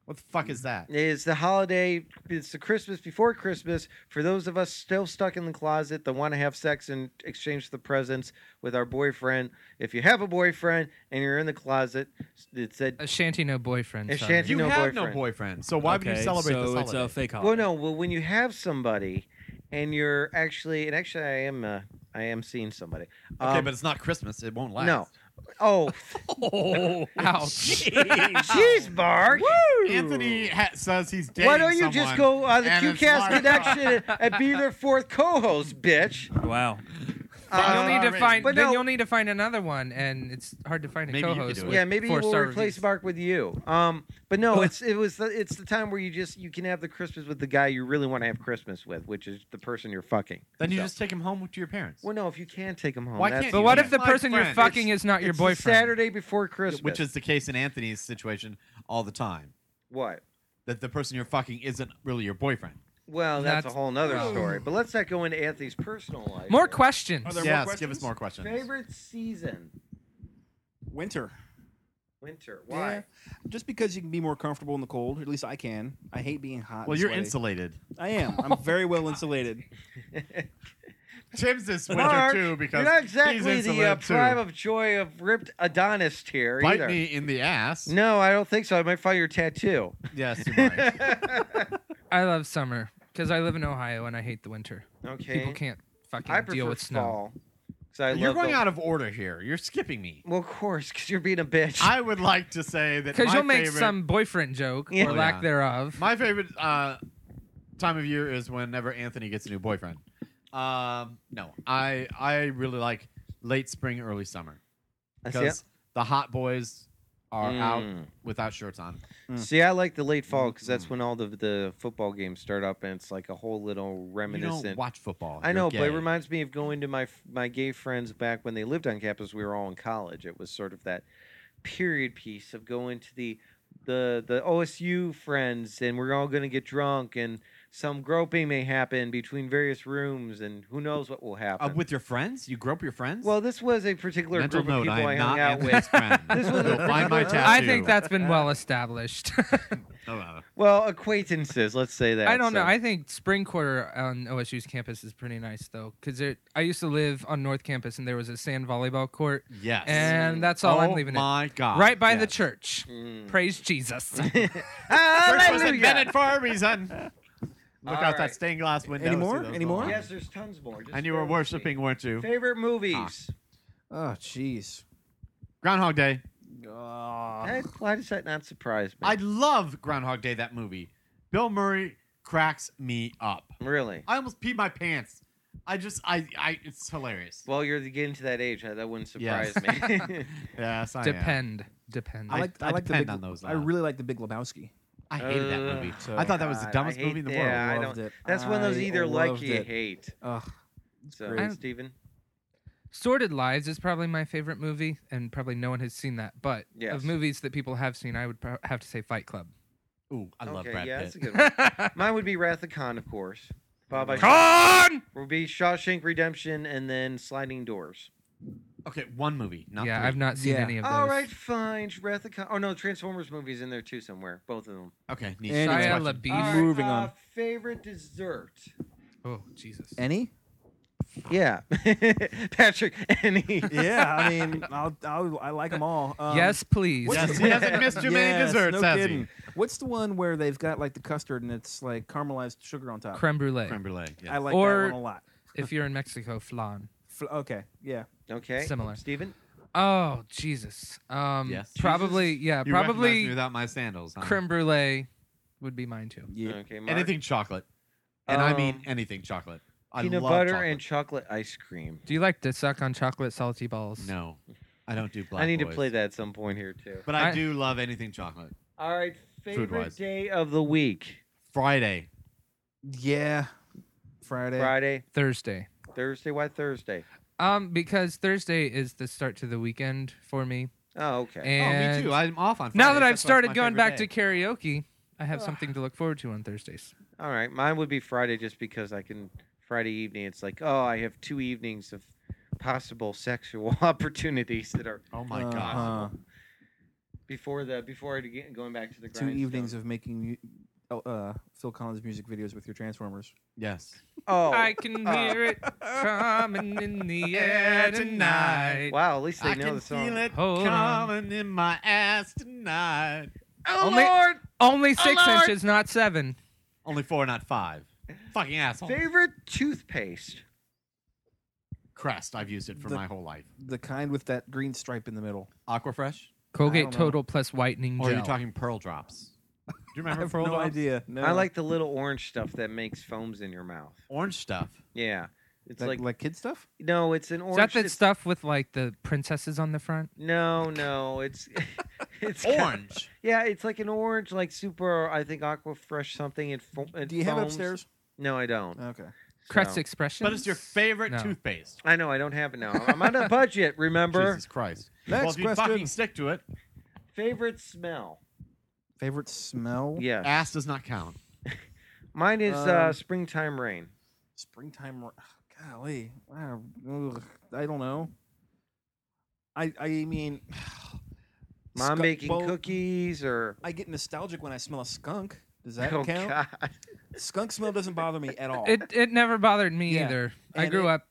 S2: What the fuck is that?
S5: It's the holiday. It's the Christmas before Christmas for those of us still stuck in the closet that want to have sex and exchange the presents with our boyfriend. If you have a boyfriend and you're in the closet, it said.
S1: A shanty no boyfriend.
S5: A
S1: sorry.
S5: shanty-
S2: You
S5: No
S2: have no
S5: boyfriend.
S2: boyfriend, so why would
S6: Okay,
S2: you celebrate
S6: so
S2: this
S6: it's
S2: holiday?
S6: a fake holiday.
S5: Well, no. Well, when you have somebody and you're actually, and actually, I am. Uh, I am seeing somebody.
S2: okay,
S5: Um,
S2: but it's not Christmas. It won't last.
S5: no. Oh,
S6: Oh,
S1: Ouch.
S5: jeez, Bark.
S2: Anthony ha- says he's dating
S5: Why don't you just
S2: someone,
S5: go on the
S2: and it's
S5: QCast
S2: Martha.
S5: connection and, and be their fourth co-host, bitch? Uh,
S6: wow.
S1: Then you'll need to find.
S5: um, But
S1: Then
S5: no-
S1: you'll need to find another one, and it's hard to find a
S2: Maybe you could
S1: co-host.
S2: do it. Oh.
S1: with
S5: yeah, maybe we'll
S1: four-star
S5: replace
S1: reviews.
S5: Mark with you. Um, but no, it's it was the, it's the time where you just you can have the Christmas with the guy you really want to have Christmas with, which is the person you're fucking.
S2: Then you
S5: So-
S2: just take him home to your parents,
S5: well, no, if you can take him home.
S2: Why
S5: that's-
S2: can't
S1: But what
S2: Yeah.
S1: if the
S2: My
S1: person you're
S2: friend.
S1: fucking is not your
S5: it's the
S1: boyfriend?
S5: Saturday before Christmas,
S2: which is the case in Anthony's situation all the time.
S5: what?
S2: That the person you're fucking isn't really your boyfriend.
S5: Well, that's,
S1: That's-
S5: a whole nother story. But let's not go into Anthony's personal life.
S1: More
S5: here.
S1: questions.
S6: Are there more
S2: yes, give
S6: questions?
S2: us more questions.
S5: Favorite season?
S6: Winter.
S5: Winter. Why?
S6: Yeah. Just because you can be more comfortable in the cold, at least I can. I hate being hot.
S2: Well,
S6: and
S2: you're
S6: sweaty.
S2: insulated.
S6: I am. I'm very well insulated.
S2: Tim's this winter
S5: Mark,
S2: too because
S5: You're not exactly
S2: he's
S5: the uh,
S2: insulated too.
S5: prime of joy of ripped Adonis here
S2: Bite
S5: either.
S2: me in the ass.
S5: No, I don't think so. I might find your tattoo.
S2: Yes, you might.
S1: I love summer because I live in Ohio and I hate the winter. People
S5: okay.
S1: can't fucking
S5: I
S1: deal
S5: prefer
S1: with snow.
S5: fall. 'cause I
S2: You're
S5: love
S2: going
S5: the-
S2: out of order here. You're skipping me.
S5: Well, of course, because you're being a bitch.
S2: I would like to say that
S1: Because
S2: my
S1: you'll make
S2: favorite-
S1: some boyfriend joke
S5: Yeah.
S1: or
S2: Oh,
S1: lack
S2: yeah.
S1: thereof.
S2: My favorite uh, time of year is whenever Anthony gets a new boyfriend. Um, no, I I really like late spring, early summer
S5: I see,
S2: because the hot boys are out
S5: Mm.
S2: without shirts on.
S5: see, I like the late
S2: Mm.
S5: fall because
S2: Hmm.
S5: that's when all the the football games start up, and it's like a whole little
S2: You
S5: reminiscent.
S2: don't watch football.
S5: I
S2: You're
S5: know, but
S2: gay.
S5: it reminds me of going to my my gay friends back when they lived on campus. We were all in college. It was sort of that period piece of going to the the the OSU friends, and we're all going to get drunk, and some groping may happen between various rooms, and who knows what will
S2: Uh,
S5: happen.
S2: with your friends, you grope your friends.
S5: well, this was a particular
S2: mental
S5: group of
S2: note:
S5: people
S2: I
S5: I,
S2: am not
S5: hung out
S2: Anthony's
S5: with.
S2: friend.
S5: This was a
S2: You'll find my tattoo.
S1: I think that's been well established.
S2: Oh, uh,
S5: Well, acquaintances, let's say that.
S1: I don't know.
S5: so-
S1: I think spring quarter on OSU's campus is pretty nice though, because I used to live on North Campus and there was a sand volleyball court,
S2: yes.
S1: and that's all I'm
S2: Oh
S1: leaving it.
S2: My God,
S1: Right by the
S2: yes.
S1: church.
S5: Mm.
S1: Praise Jesus.
S2: Church was
S5: Hallelujah!
S2: invented for a reason. Look
S5: All
S2: out
S5: right.
S2: that stained glass window.
S6: Any
S2: and see
S6: more?
S2: those
S6: Any more?
S2: little-
S5: Yes, there's tons more. Just
S2: And you were
S5: bear with me.
S2: worshiping, weren't you?
S5: Favorite movies.
S6: Oh, jeez. Ah.
S2: Groundhog Day.
S5: That- why does that not surprise me?
S2: I love Groundhog Day, that movie. Bill Murray cracks me up.
S5: really.
S2: I almost peed my pants. I just, I, I it's hilarious.
S5: Well, you're getting to that age. huh? That wouldn't surprise
S2: Yes.
S5: me.
S2: yes, I am.
S1: Depend. Depend.
S2: I- I depend on those,
S6: I
S2: uh,
S6: really like the Big Lebowski.
S2: I hated that
S5: Uh,
S2: movie.
S6: so-
S2: I thought that was the
S5: God,
S2: dumbest
S5: I hate
S2: movie in the
S5: that.
S2: world.
S5: I
S6: loved it.
S5: That's one of those
S6: I
S5: either like
S6: loved
S5: you
S6: it.
S5: hate.
S6: Ugh.
S5: So,
S1: great.
S5: Steven?
S1: Sorted Lives is probably my favorite movie, and probably no one has seen that. But
S5: Yes.
S1: of movies that people have seen, I would pro- have to say Fight Club.
S2: Ooh, I love
S5: okay,
S2: Brad
S5: yeah,
S2: Pitt.
S5: that's a good one. Mine would be Wrath of Khan, of course. Bob, I
S1: Con!
S5: will be Shawshank Redemption and then Sliding Doors.
S2: Okay, one movie. Not
S1: Yeah,
S2: three.
S1: I've not seen any of those.
S5: All right, fine. Wrath of Khan. Oh no, Transformers movies in there too somewhere. Both of them.
S2: Okay, neat.
S1: Anyway.
S2: Next
S1: Shia
S2: question.
S1: LaBeouf.
S5: All right,
S1: Moving
S5: uh,
S1: on.
S5: Favorite dessert.
S1: Oh Jesus.
S13: Any?
S5: Yeah, Patrick. Any?
S13: Yeah, I mean, I'll, I'll, I like them all. Um,
S1: Yes, please.
S13: what's-
S1: Yes, he hasn't missed too many
S13: Yes,
S1: desserts,
S13: no
S1: has he?
S13: kidding. What's the one where they've got like the custard and it's like caramelized sugar on top?
S1: Creme brulee.
S2: Creme brulee. yeah.
S13: I like
S1: or
S13: that one a lot.
S1: if you're in Mexico, flan.
S13: Fl- okay, yeah.
S5: Okay.
S1: Similar.
S5: Steven?
S1: Oh Jesus. Um,
S2: Yes.
S1: Probably. Yeah.
S2: You recognize me
S1: probably.
S2: without my sandals. huh?
S1: creme brulee would be mine too.
S13: Yeah.
S5: Okay. Mark.
S2: anything chocolate, and I mean
S5: Um,
S2: anything chocolate. I
S5: Peanut
S2: love
S5: butter
S2: chocolate.
S5: and chocolate ice cream.
S1: Do you like to suck on chocolate salty balls?
S2: no, I don't do black.
S5: I need
S2: boys.
S5: to play that at some point here too.
S2: but I,
S1: I-
S2: do love anything chocolate.
S5: All right, favorite
S2: Food-wise.
S5: day of the week:
S2: Friday.
S13: Yeah. Friday.
S5: Friday,
S1: Thursday.
S5: Thursday. Why Thursday?
S1: Um, because Thursday is the start to the weekend for me.
S5: Oh, okay.
S1: And
S2: oh, me too. I'm off on. Fridays.
S1: now that
S2: That's
S1: I've
S2: why it's my
S1: started going
S2: favorite
S1: back
S2: day.
S1: to karaoke, I have something to look forward to on Thursdays.
S5: All right, mine would be Friday just because I can. Friday evening, it's like, oh, I have two evenings of possible sexual opportunities that are
S2: oh my
S13: Uh-huh.
S2: god,
S5: before the before I get going back to the
S13: Two
S5: grindstone.
S13: evenings of making mu- oh, uh, Phil Collins music videos with your Transformers.
S2: yes.
S5: Oh,
S1: I can hear it coming in the air tonight.
S5: wow! At least they
S2: I
S5: know
S2: can
S5: the song.
S2: feel it
S1: Hold on.
S2: coming in my ass tonight.
S5: Oh,
S1: only, Lord! Only six
S5: Lord!
S1: inches, not seven.
S2: Only four, not five. Fucking asshole.
S5: Favorite toothpaste.
S2: Crest. I've used it for
S13: The-
S2: my whole life.
S13: The kind with that green stripe in the middle.
S2: Aquafresh.
S1: Colgate
S13: know.
S1: Total plus whitening
S2: Or are
S1: gel.
S2: you talking pearl drops? Do you
S13: I
S2: remember
S13: have
S2: pearl
S13: no
S2: drops?
S13: idea. No.
S5: I like the little orange stuff that makes foams in your mouth.
S2: Orange stuff.
S5: Yeah, it's
S13: like,
S5: like,
S13: like kid stuff.
S5: no, it's an
S1: Is
S5: orange.
S1: that the
S5: it's-
S1: stuff with like the princesses on the front?
S5: No, no, it's it's got-
S2: Orange.
S5: yeah, it's like an orange, like super. I think aqua fresh something. It, fo- it
S13: Do you have it
S5: foams.
S13: upstairs?
S5: No, I don't.
S13: Okay.
S1: Crest
S5: No.
S1: expression.
S2: But it's your favorite
S1: No.
S2: toothpaste.
S5: I know I don't have it now. I'm on a budget. Remember,
S2: Jesus Christ.
S13: Next
S2: well, if you
S13: question.
S2: fucking stick to it,
S5: favorite smell.
S13: Favorite smell?
S5: Yes,
S2: ass does not count.
S5: mine is uh,
S13: Um,
S5: springtime rain.
S13: Springtime. ro- Golly. Wow. Ugh. I don't know. I I mean.
S5: Mom
S13: skunk-
S5: baking
S13: well,
S5: cookies or
S13: I get nostalgic when I smell a skunk. Does that
S5: oh
S13: count?
S5: god.
S13: Skunk smell doesn't bother me
S5: Oh.
S13: at all.
S1: It it never bothered me
S13: Yeah.
S1: either. I
S13: And
S1: grew
S13: it-
S1: up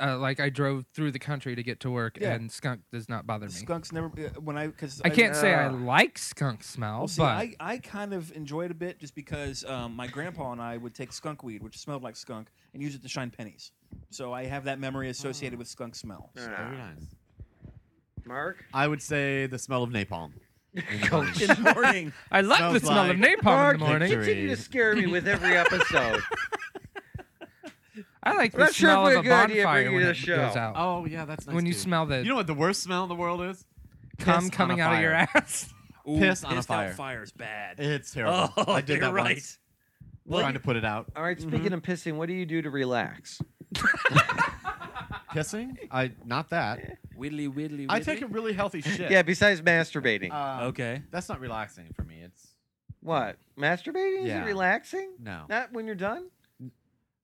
S1: uh, like I drove through the country to get to work,
S13: Yeah.
S1: and skunk does not bother me.
S13: Skunks never uh, when I because
S1: I can't say I
S5: Ah.
S1: like skunk smell,
S13: Well, see,
S1: but
S13: I, I kind of enjoy it a bit just because um, my grandpa and I would take skunk weed, which smelled like skunk, and use it to shine pennies. So I have that memory
S1: Ah.
S13: associated with skunk smell.
S2: Very
S5: Ah,
S2: nice.
S5: Mark.
S2: I would say the smell of napalm.
S13: In the morning,
S1: I love
S2: Smells
S1: the smell of
S2: like
S1: napalm
S5: Mark,
S1: in the morning.
S5: you continue to scare me with every episode.
S1: I like the
S5: Not sure if
S1: smell
S5: we're
S1: of a
S5: good idea
S1: bonfire
S5: bringing
S1: when
S5: to
S1: it
S5: the show.
S1: goes out.
S2: Oh yeah, that's nice.
S1: when you
S2: too.
S1: smell the
S2: You know what the worst smell in the world is? piss
S1: cum
S2: on a
S1: coming out of your
S2: fire.
S1: ass.
S13: Ooh,
S2: Piss on a
S13: pissed
S2: fire.
S13: Out fire's bad.
S2: It's terrible.
S13: Oh,
S2: I did
S13: you're
S2: that
S13: right.
S2: once. Trying to put it out.
S5: All right, speaking of pissing, what do you do to relax?
S2: Kissing? I not that.
S6: Widdly, widdly, widdly.
S2: I take a really healthy shit.
S5: Yeah, besides masturbating.
S2: Um,
S6: Okay.
S2: That's not relaxing for me. It's
S5: what? Masturbating
S2: Yeah.
S5: is relaxing?
S2: no.
S5: Not when you're done?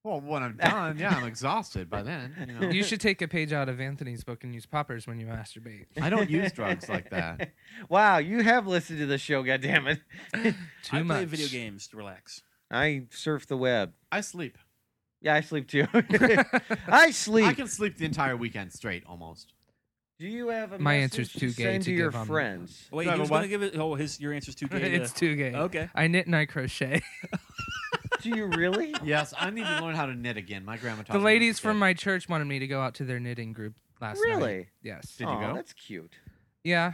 S2: Well, when I'm done, yeah, I'm exhausted by then. You know.
S1: You should take a page out of Anthony's book and use poppers when you masturbate.
S2: I don't use drugs like that.
S5: Wow, you have listened to the show, goddammit.
S1: Too
S6: I
S1: much.
S6: play video games to relax.
S5: I surf the web.
S2: I sleep.
S5: Yeah, I sleep too. I sleep.
S2: I can sleep the entire weekend straight almost.
S5: Do you have a
S1: My
S5: message
S1: answer's too
S5: to
S1: gay
S5: send
S1: to
S5: to your
S1: give on-
S5: friends?
S6: Wait,
S2: Do I
S6: he
S2: have a
S6: was
S2: what?
S6: going to give it. Oh, his your answer's too gay. to-
S1: it's too gay.
S6: Okay.
S1: I knit and I crochet.
S5: Do you really?
S2: Yes, I need to learn how to knit again. My grandma taught
S1: the
S2: me
S1: ladies
S2: that.
S1: from my church wanted me to go out to their knitting group last night.
S5: Really?
S1: Yes.
S2: Did you
S5: Aw,
S2: go?
S5: That's cute.
S1: Yeah,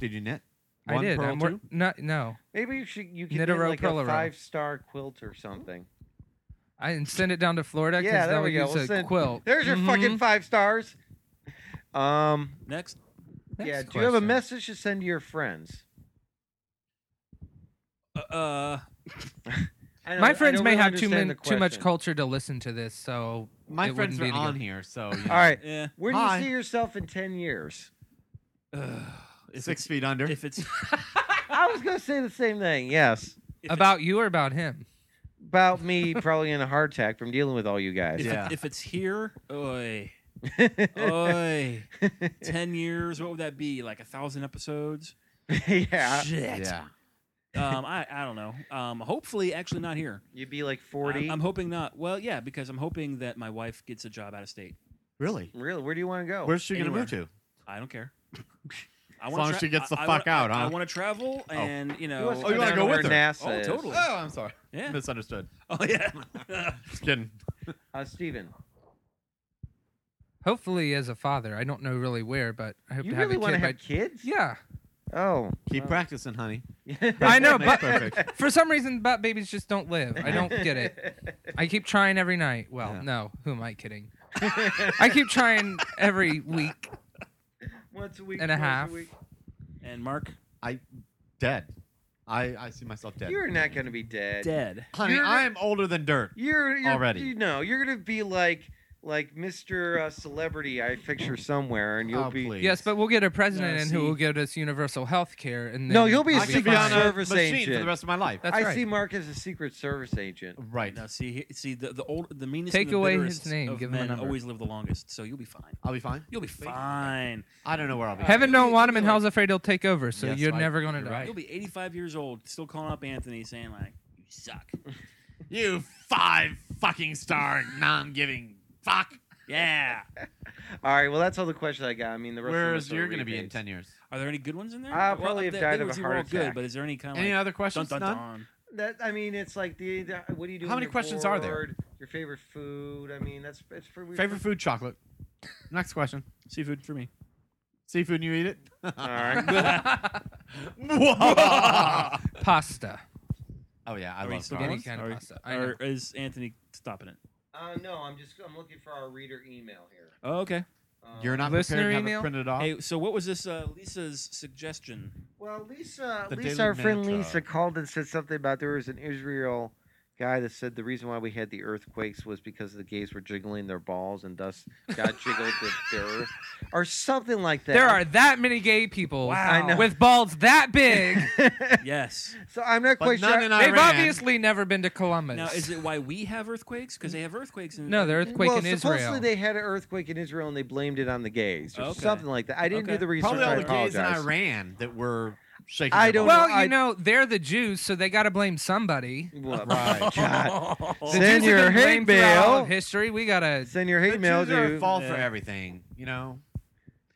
S2: Did you knit?
S1: I
S2: One
S1: did.
S2: pearl,
S1: I'm wor-
S2: two?
S1: no, no.
S5: Maybe you should you can
S1: Knit
S5: knit
S1: a row,
S5: like
S1: purl a
S5: a
S1: row.
S5: five star quilt or something.
S1: I didn't send it down to Florida because
S5: Yeah,
S1: that
S5: there
S1: would
S5: we go.
S1: use
S5: We'll
S1: a
S5: send-
S1: quilt.
S5: There's your fucking
S1: Mhm.
S5: five stars. Um
S6: Next.
S1: Next
S5: yeah, do you have a
S1: question.
S5: message to send to your friends?
S6: Uh, uh,
S5: I
S1: My
S5: don't- I
S1: friends
S5: don't
S1: may
S5: really
S1: have too,
S5: understand
S1: min-
S5: the
S1: too much
S5: question.
S1: culture to listen to this, so
S2: My
S1: it
S2: friends
S1: wouldn't be
S2: are on
S1: together.
S2: here, so you know.
S5: All right.
S6: yeah.
S5: Where do you
S2: Hi.
S5: see yourself in 10 years?
S6: Uh, if
S2: Six
S6: it's-
S2: feet under.
S6: If it's
S5: I was going to say the same thing. Yes.
S6: if
S1: About you or about him?
S5: about me probably in a heart attack from dealing with all you guys.
S6: If, it, if it's here, oi, oi, ten years. What would that be? Like a thousand episodes?
S5: yeah.
S6: Shit.
S5: Yeah.
S6: Um, I, I don't know. Um, hopefully, actually, not here.
S5: You'd be like 40?
S6: I'm, I'm hoping not. Well, yeah, because I'm hoping that my wife gets a job out of state.
S2: Really?
S5: Really? Where do you want to go?
S2: Where's she gonna move
S6: Anywhere.
S2: to?
S6: I don't care. I
S2: As
S6: wanna
S2: long as she gets the
S6: I- I
S2: fuck
S6: wanna-
S2: out,
S6: I, I
S2: huh?
S6: want to travel,
S2: Oh.
S6: and you know.
S2: oh, you want to go with her?
S5: NASA
S6: oh, totally.
S2: Oh, I'm sorry.
S6: Yeah.
S2: Misunderstood.
S6: Oh yeah.
S2: Just kidding.
S5: Uh, Steven,
S1: Hopefully, as a father, I don't know really where, but I hope
S5: you
S1: to
S5: really
S1: have a
S5: want
S1: kid.
S5: to
S1: by-
S5: have kids?
S1: Yeah,
S5: Oh.
S2: Keep practicing, honey.
S1: I know,
S2: Makes
S1: but
S2: perfect.
S1: for some reason, butt babies just don't live. I don't get it. I keep trying every night. Well, no, who am I kidding? I keep trying every week
S5: Once a week.
S1: and a
S5: twice
S1: half.
S5: week.
S6: And Mark,
S2: I dead. I I see myself dead.
S5: You're not going to be dead.
S6: dead.
S2: honey,
S5: you're-
S2: I am older than dirt.
S5: You're, you're
S2: Already.
S5: You know, you're going to be like like Mr. Uh, celebrity I picture somewhere and you'll
S2: Oh,
S5: be
S2: please.
S1: Yes, but we'll get a president
S6: No,
S1: in who will
S6: see-
S1: give us universal health care. And
S5: No,
S1: then
S5: you'll be a
S1: we'll
S2: I could be
S5: secret
S2: on a
S5: service
S2: machine
S5: agent.
S2: for the rest of my life.
S1: That's
S5: I
S1: right.
S5: see Mark as a secret service agent.
S2: Right.
S6: Now see, he- see the the old the meanest.
S1: Take
S6: and the
S1: away his
S6: bitterest
S1: name,
S6: Of
S1: give him a
S6: men
S1: number.
S6: always live the longest, so you'll be fine.
S2: I'll be fine.
S6: You'll be fine.
S2: I don't know where I'll be.
S1: Heaven don't want him, and hell's afraid he'll take over. So
S2: Yes,
S1: you're
S2: right.
S1: never gonna
S2: You're
S1: die.
S2: right.
S6: You'll be 85 years old, still calling up Anthony, saying like, "You suck."
S2: You five fucking star non-giving fuck.
S6: yeah.
S5: All right, well, that's all the questions I got. I mean, the rest of
S2: Where's
S5: us are
S2: you're gonna be in
S5: rebates.
S2: ten years?
S6: Are there any good ones in there?
S5: I probably have
S6: they-
S5: died
S6: they
S5: of
S6: would
S5: a
S6: seem all
S5: heart attack.
S6: Good, but is there any kind of
S2: Any
S6: like,
S2: other questions?
S6: Dun, dun,
S2: None?
S6: dun.
S5: That I mean, it's like the, the what do you do?
S2: How
S5: when
S2: many
S5: you're
S2: questions are there?
S5: bored? Your favorite food? I mean, that's it's for
S2: Favorite food? Chocolate. Next question.
S6: Seafood for me.
S2: Seafood, and you eat it?
S5: All right.
S1: Pasta,
S2: Oh yeah, I
S6: Are we
S2: love
S6: still
S2: carbs.
S1: any
S6: Once?
S1: kind
S6: Are
S1: of
S6: we-
S1: pasta. I know.
S6: Or is Anthony stopping it?
S5: uh, no, I'm just I'm looking for our reader email here.
S6: Oh, okay.
S5: Um,
S2: You're not
S1: Listener
S2: prepared to have
S1: email?
S2: it printed off.
S6: Hey, so what was this uh, Lisa's suggestion?
S5: Well, Lisa,
S2: The
S5: Lisa,
S2: Daily
S5: our friend
S2: Mantra.
S5: Lisa called and said something about there was an Israel guy that said the reason why we had the earthquakes was because the gays were jiggling their balls and thus God jiggled the, their earth or something like that.
S1: there are that many gay people
S5: I know.
S1: with balls that big.
S6: Yes.
S5: so I'm not
S2: But
S5: quite
S2: none
S5: sure.
S2: in
S1: They've
S2: Iran.
S1: obviously never been to Columbus.
S6: now, is it why we have earthquakes? Because they have earthquakes in
S1: no, the earthquake
S5: well,
S1: in
S5: supposedly
S1: Israel.
S5: they had an earthquake in Israel and they blamed it on the gays or
S6: Okay.
S5: something like that. I didn't do
S6: Okay.
S5: the research.
S2: Probably
S5: I
S2: all the gays in
S5: apologize.
S2: Iran that were shaking.
S5: I
S2: their
S5: don't
S2: balls.
S1: well,
S5: I-
S1: you know, they're the Jews, so they got to blame somebody.
S5: Well, right. God.
S1: The
S5: Send
S1: Jews have
S5: your
S1: been
S5: hate
S1: blamed throughout all
S5: mail.
S1: of history. We gotta.
S5: Send your
S2: The
S5: hate mail
S2: Jews are at
S5: to.
S2: fault for
S6: Yeah.
S2: everything, you know.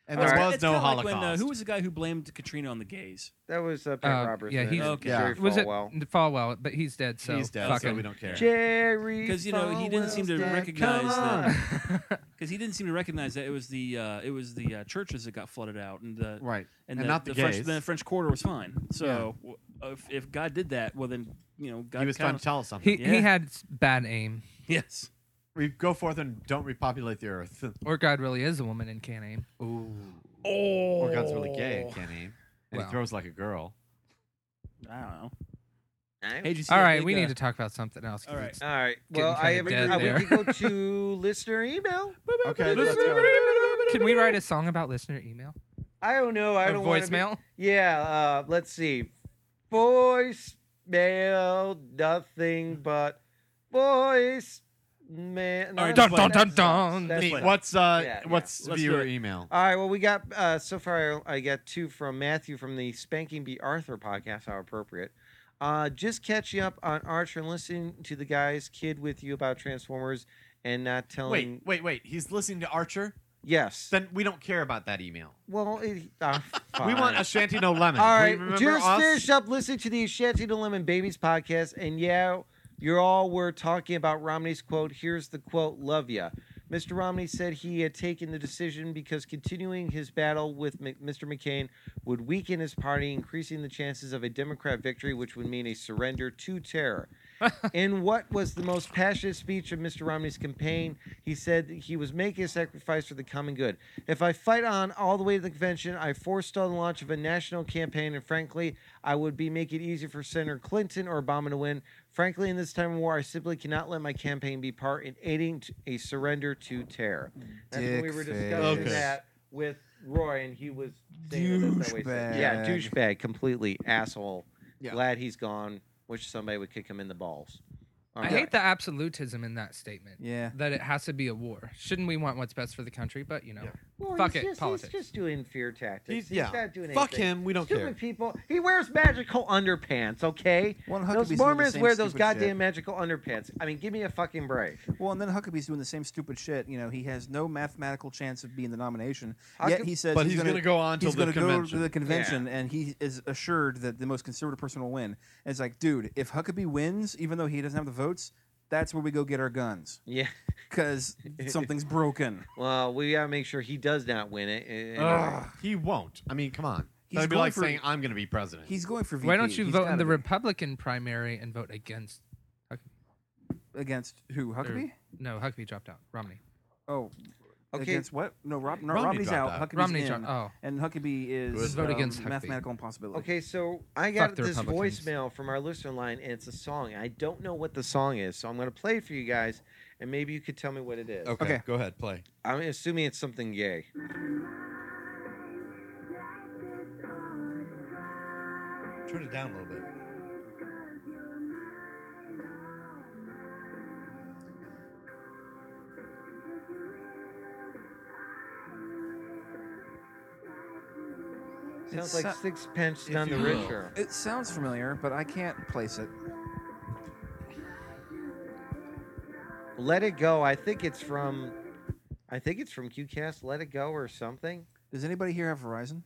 S2: And
S5: All
S2: there
S5: right.
S2: was
S6: It's
S2: no
S6: kinda
S2: Holocaust.
S6: Like when, uh, who was the guy who blamed Katrina on the gays?
S5: That was uh, Pat
S1: Uh,
S5: Roberts.
S1: yeah,
S5: and
S1: he's-
S5: it was
S2: Yeah.
S5: Jerry
S1: Was it
S5: Falwell.
S1: Falwell? But he's dead. So
S2: He's dead,
S1: fuck
S2: so
S1: him.
S2: we don't care.
S5: Jerry.
S6: Because you know he didn't seem to
S5: Falwell's dead.
S6: recognize
S5: Come on.
S6: that. Because he didn't seem to recognize that it was the uh, it was the uh, churches that got flooded out and the
S2: Right.
S6: and,
S2: And
S6: the,
S2: not the
S6: French,
S2: gays.
S6: the French Quarter was fine. So w if, if God did that, well then you know God
S2: He was trying
S6: kinda-
S2: to tell us something.
S1: He
S6: Yeah.
S1: he had s- bad aim,
S6: Yes.
S2: We go forth and don't repopulate the earth.
S1: or God really is a woman and can't aim.
S2: Ooh.
S5: Oh.
S2: Or God's really gay and can't aim. And
S1: Wow.
S2: he throws like a girl.
S6: I don't know.
S5: All
S6: Hey, did you see
S1: All
S6: that
S1: right,
S6: big,
S1: we
S6: uh,
S1: need to talk about something else. 'cause
S6: all right.
S1: it's-
S5: right.
S1: Getting
S5: Well, I have.
S1: kinda
S5: uh,
S1: dead
S5: we can go to listener email.
S2: Okay,
S5: let's
S1: Can we write a song about listener email?
S5: I don't know. I
S1: Or
S5: don't wanna be-
S1: voicemail?
S5: Yeah. Uh, let's see. Voicemail. Nothing but voice. Man.
S6: All right,
S1: Dun
S6: play
S1: dun
S6: it.
S1: dun dun.
S5: That's
S2: Nate,
S5: fine.
S2: what's
S5: Yeah,
S2: uh
S5: yeah.
S2: what's
S6: Let's do
S2: viewer
S6: it.
S2: email?
S5: All right. Well, we got uh, so far. I I got two from Matthew from the Spanking Be Arthur podcast. How appropriate. Uh, just catching up on Archer and listening to the guys kid with you about Transformers and not telling.
S2: Wait, wait, wait. He's listening to Archer?
S5: Yes.
S2: Then we don't care about that email.
S5: well, it, uh,
S2: We want
S5: fine.
S2: Ashanti No Lemon.
S5: All
S2: We
S5: right,
S2: remember
S5: just
S2: us?
S5: finish up listening to the Shanty No Lemon Babies podcast, and yeah, you're all were talking about Romney's quote. Here's the quote: "Love ya." Mr. Romney said he had taken the decision because continuing his battle with Mc- Mr. McCain would weaken his party, increasing the chances of a Democrat victory, which would mean a surrender to terror. In what was the most passionate speech of Mr. Romney's campaign, he said that he was making a sacrifice for the common good. If I fight on all the way to the convention, I forestall the launch of a national campaign, and frankly, I would be making it easy for Senator Clinton or Obama to win. Frankly, in this time of war, I simply cannot let my campaign be part in aiding t- a surrender to terror. That's when we were discussing
S2: face.
S5: that with Roy, and he was saying that that's how he said- Yeah,
S8: Douchebag.
S5: douchebag, completely asshole.
S2: Yeah.
S5: Glad he's gone. Wish somebody would kick him in the balls.
S1: I hate the absolutism in that statement.
S13: Yeah.
S1: That it has to be a war. Shouldn't we want what's best for the country? But, you know,
S5: Well,
S1: fuck
S5: he's
S1: it,
S5: just,
S1: politics.
S5: He's just doing fear tactics.
S1: He's-
S5: He's,
S1: yeah.
S5: not doing
S1: Fuck
S5: anything.
S1: him, we don't
S5: stupid
S1: care.
S5: people. He wears magical underpants, okay?
S13: Huckabee's
S5: those
S13: doing the
S5: Mormons
S13: same
S5: wear those
S13: stupid
S5: goddamn
S13: shit.
S5: magical underpants. I mean, give me a fucking break.
S13: Well, and then Huckabee's doing the same stupid shit. You know, he has no mathematical chance of being the nomination. Yet
S5: Huckab-
S13: he says,
S2: But he's
S13: going
S2: gonna go on till
S13: he's
S2: the
S13: gonna Go to
S2: convention.
S13: the convention, and he is assured that the most conservative person will win. And it's like, dude, if Huckabee wins, even though he doesn't have the votes, that's where we go get our guns.
S5: Yeah,
S13: because something's broken.
S5: Well, we gotta make sure he does not win it. and- uh,
S2: Ugh, he won't. I mean, come on.
S5: He's
S2: That'd be
S5: going
S2: like
S5: for-
S2: saying I'm going to be president.
S13: He's going for VP.
S1: Why don't you
S13: He's
S1: vote in
S13: gotta
S1: the
S13: be.
S1: Republican primary and vote against
S13: against who? Huckabee?
S1: no, Huckabee dropped out. Romney.
S13: Oh,
S1: Okay.
S13: Against what? No, Rob, no
S1: Romney
S13: Romney's out.
S1: dropped out.
S13: Huckabee's
S1: Romney
S13: in.
S1: dropped- oh.
S13: and Huckabee is
S1: Let's vote
S13: um,
S1: against Huckabee.
S13: mathematical impossibility.
S5: Okay, so
S13: Fuck
S5: I got
S13: the
S5: this
S13: Republicans.
S5: voicemail from our listener line, and it's a song. I don't know what the song is, so I'm gonna play it for you guys, and maybe you could tell me what it is.
S2: Okay, Okay. go ahead, play.
S5: I'm assuming it's something gay.
S2: Turn it down a little bit.
S5: Sounds
S6: uh,
S5: like Sixpence None the Richer.
S13: It sounds familiar, but I can't place it.
S5: Let It Go. I think it's from, I think it's from QCast. Let It Go or something.
S13: Does anybody here have Verizon?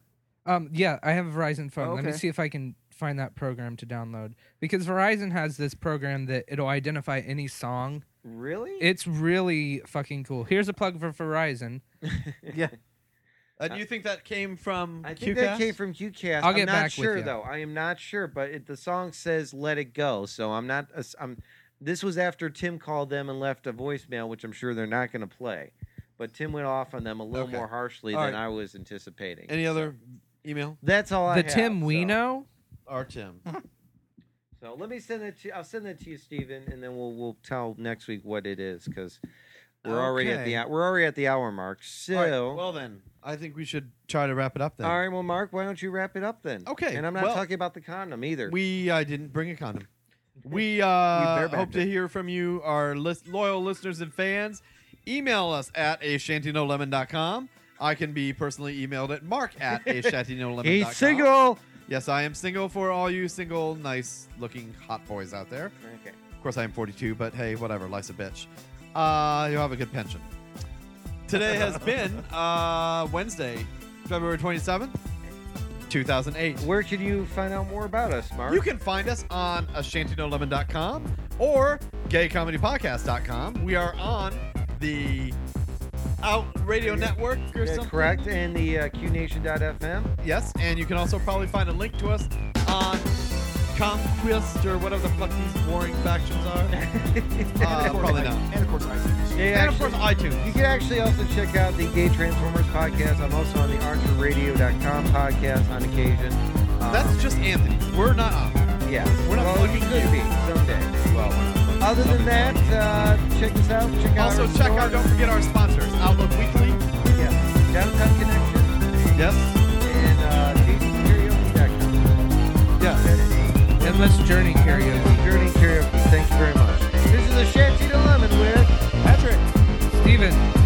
S1: Um, yeah, I have a Verizon phone.
S13: Oh,
S1: Let me
S13: okay.
S1: see if I can find that program to download because Verizon has this program that it'll identify any song.
S5: Really?
S1: It's really fucking cool. Here's a plug for Verizon.
S13: yeah.
S2: Uh, do you think that came from
S5: I think that came from QCast.
S1: I'll
S5: am
S1: get
S5: not
S1: back with
S5: sure
S1: ya.
S5: though. I am not sure, but it, the song says "Let It Go," so I'm not. ass- I'm. This was after Tim called them and left a voicemail, which I'm sure they're not going to play. But Tim went off on them a little
S2: Okay.
S5: more harshly
S2: All
S5: than
S2: right.
S5: I was anticipating.
S2: Any other email?
S5: That's all I
S1: The
S5: have,
S1: Tim we
S5: so.
S1: know.
S2: Our Tim.
S5: So let me send it to. I'll send it to you, Steven, and then we'll we'll tell next week what it is because we're already at the
S2: Okay.
S5: hou- we're already at the hour mark. So.
S2: All right, well then, I think we should try to wrap it up then.
S5: All right, well, Mark, why don't you wrap it up then?
S2: Okay,
S5: And I'm not
S2: well-
S5: talking about the condom either.
S2: We uh, didn't bring a condom. We
S5: We
S2: uh,
S5: barebacked
S2: hope to
S5: it.
S2: hear from you, our lis- loyal listeners and fans. Email us at ashantinolemon.com. I can be personally emailed at mark at ashantinolemon.com.
S5: He's single.
S2: Yes, I am single for all you single, nice looking hot boys out there.
S5: Okay.
S2: Of course, I am 42, but hey, whatever. Life's a bitch. Uh, you'll have a good pension. Today has been uh, Wednesday, February 27th, 2008.
S5: Where can you find out more about us, Mark?
S2: You can find us on ashantinolemon.com or gaycomedypodcast.com. We are on the Out Radio Network or
S5: Yeah,
S2: something.
S5: correct, and the uh, QNation.fm.
S2: Yes, and you can also probably find a link to us on Conquest or whatever the fuck these boring factions are. uh, probably not.
S13: And of course, iTunes.
S5: Yeah,
S2: and of course, iTunes.
S5: You can actually also check out the Gay Transformers podcast. I'm also on the ArcherRadio.com podcast on occasion. Um,
S2: That's just Anthony. We're not on.
S5: yeah.
S2: We're not
S5: well, you
S2: plugging
S5: could
S2: you.
S5: be someday.
S2: Well, we're not plugging
S5: Other than
S2: somebody.
S5: that, uh, check us out. Check out
S2: also check
S5: store.
S2: out. Don't forget our sponsors: Outlook Weekly.
S5: yeah, Downtown Connection
S2: Yes.
S5: and uh, JasonKaraoke.com. Yeah.
S1: Endless Journey Karaoke.
S5: Journey Karaoke. Thank you very much. This is a Shanty to Lemon with
S13: Patrick.
S1: Steven.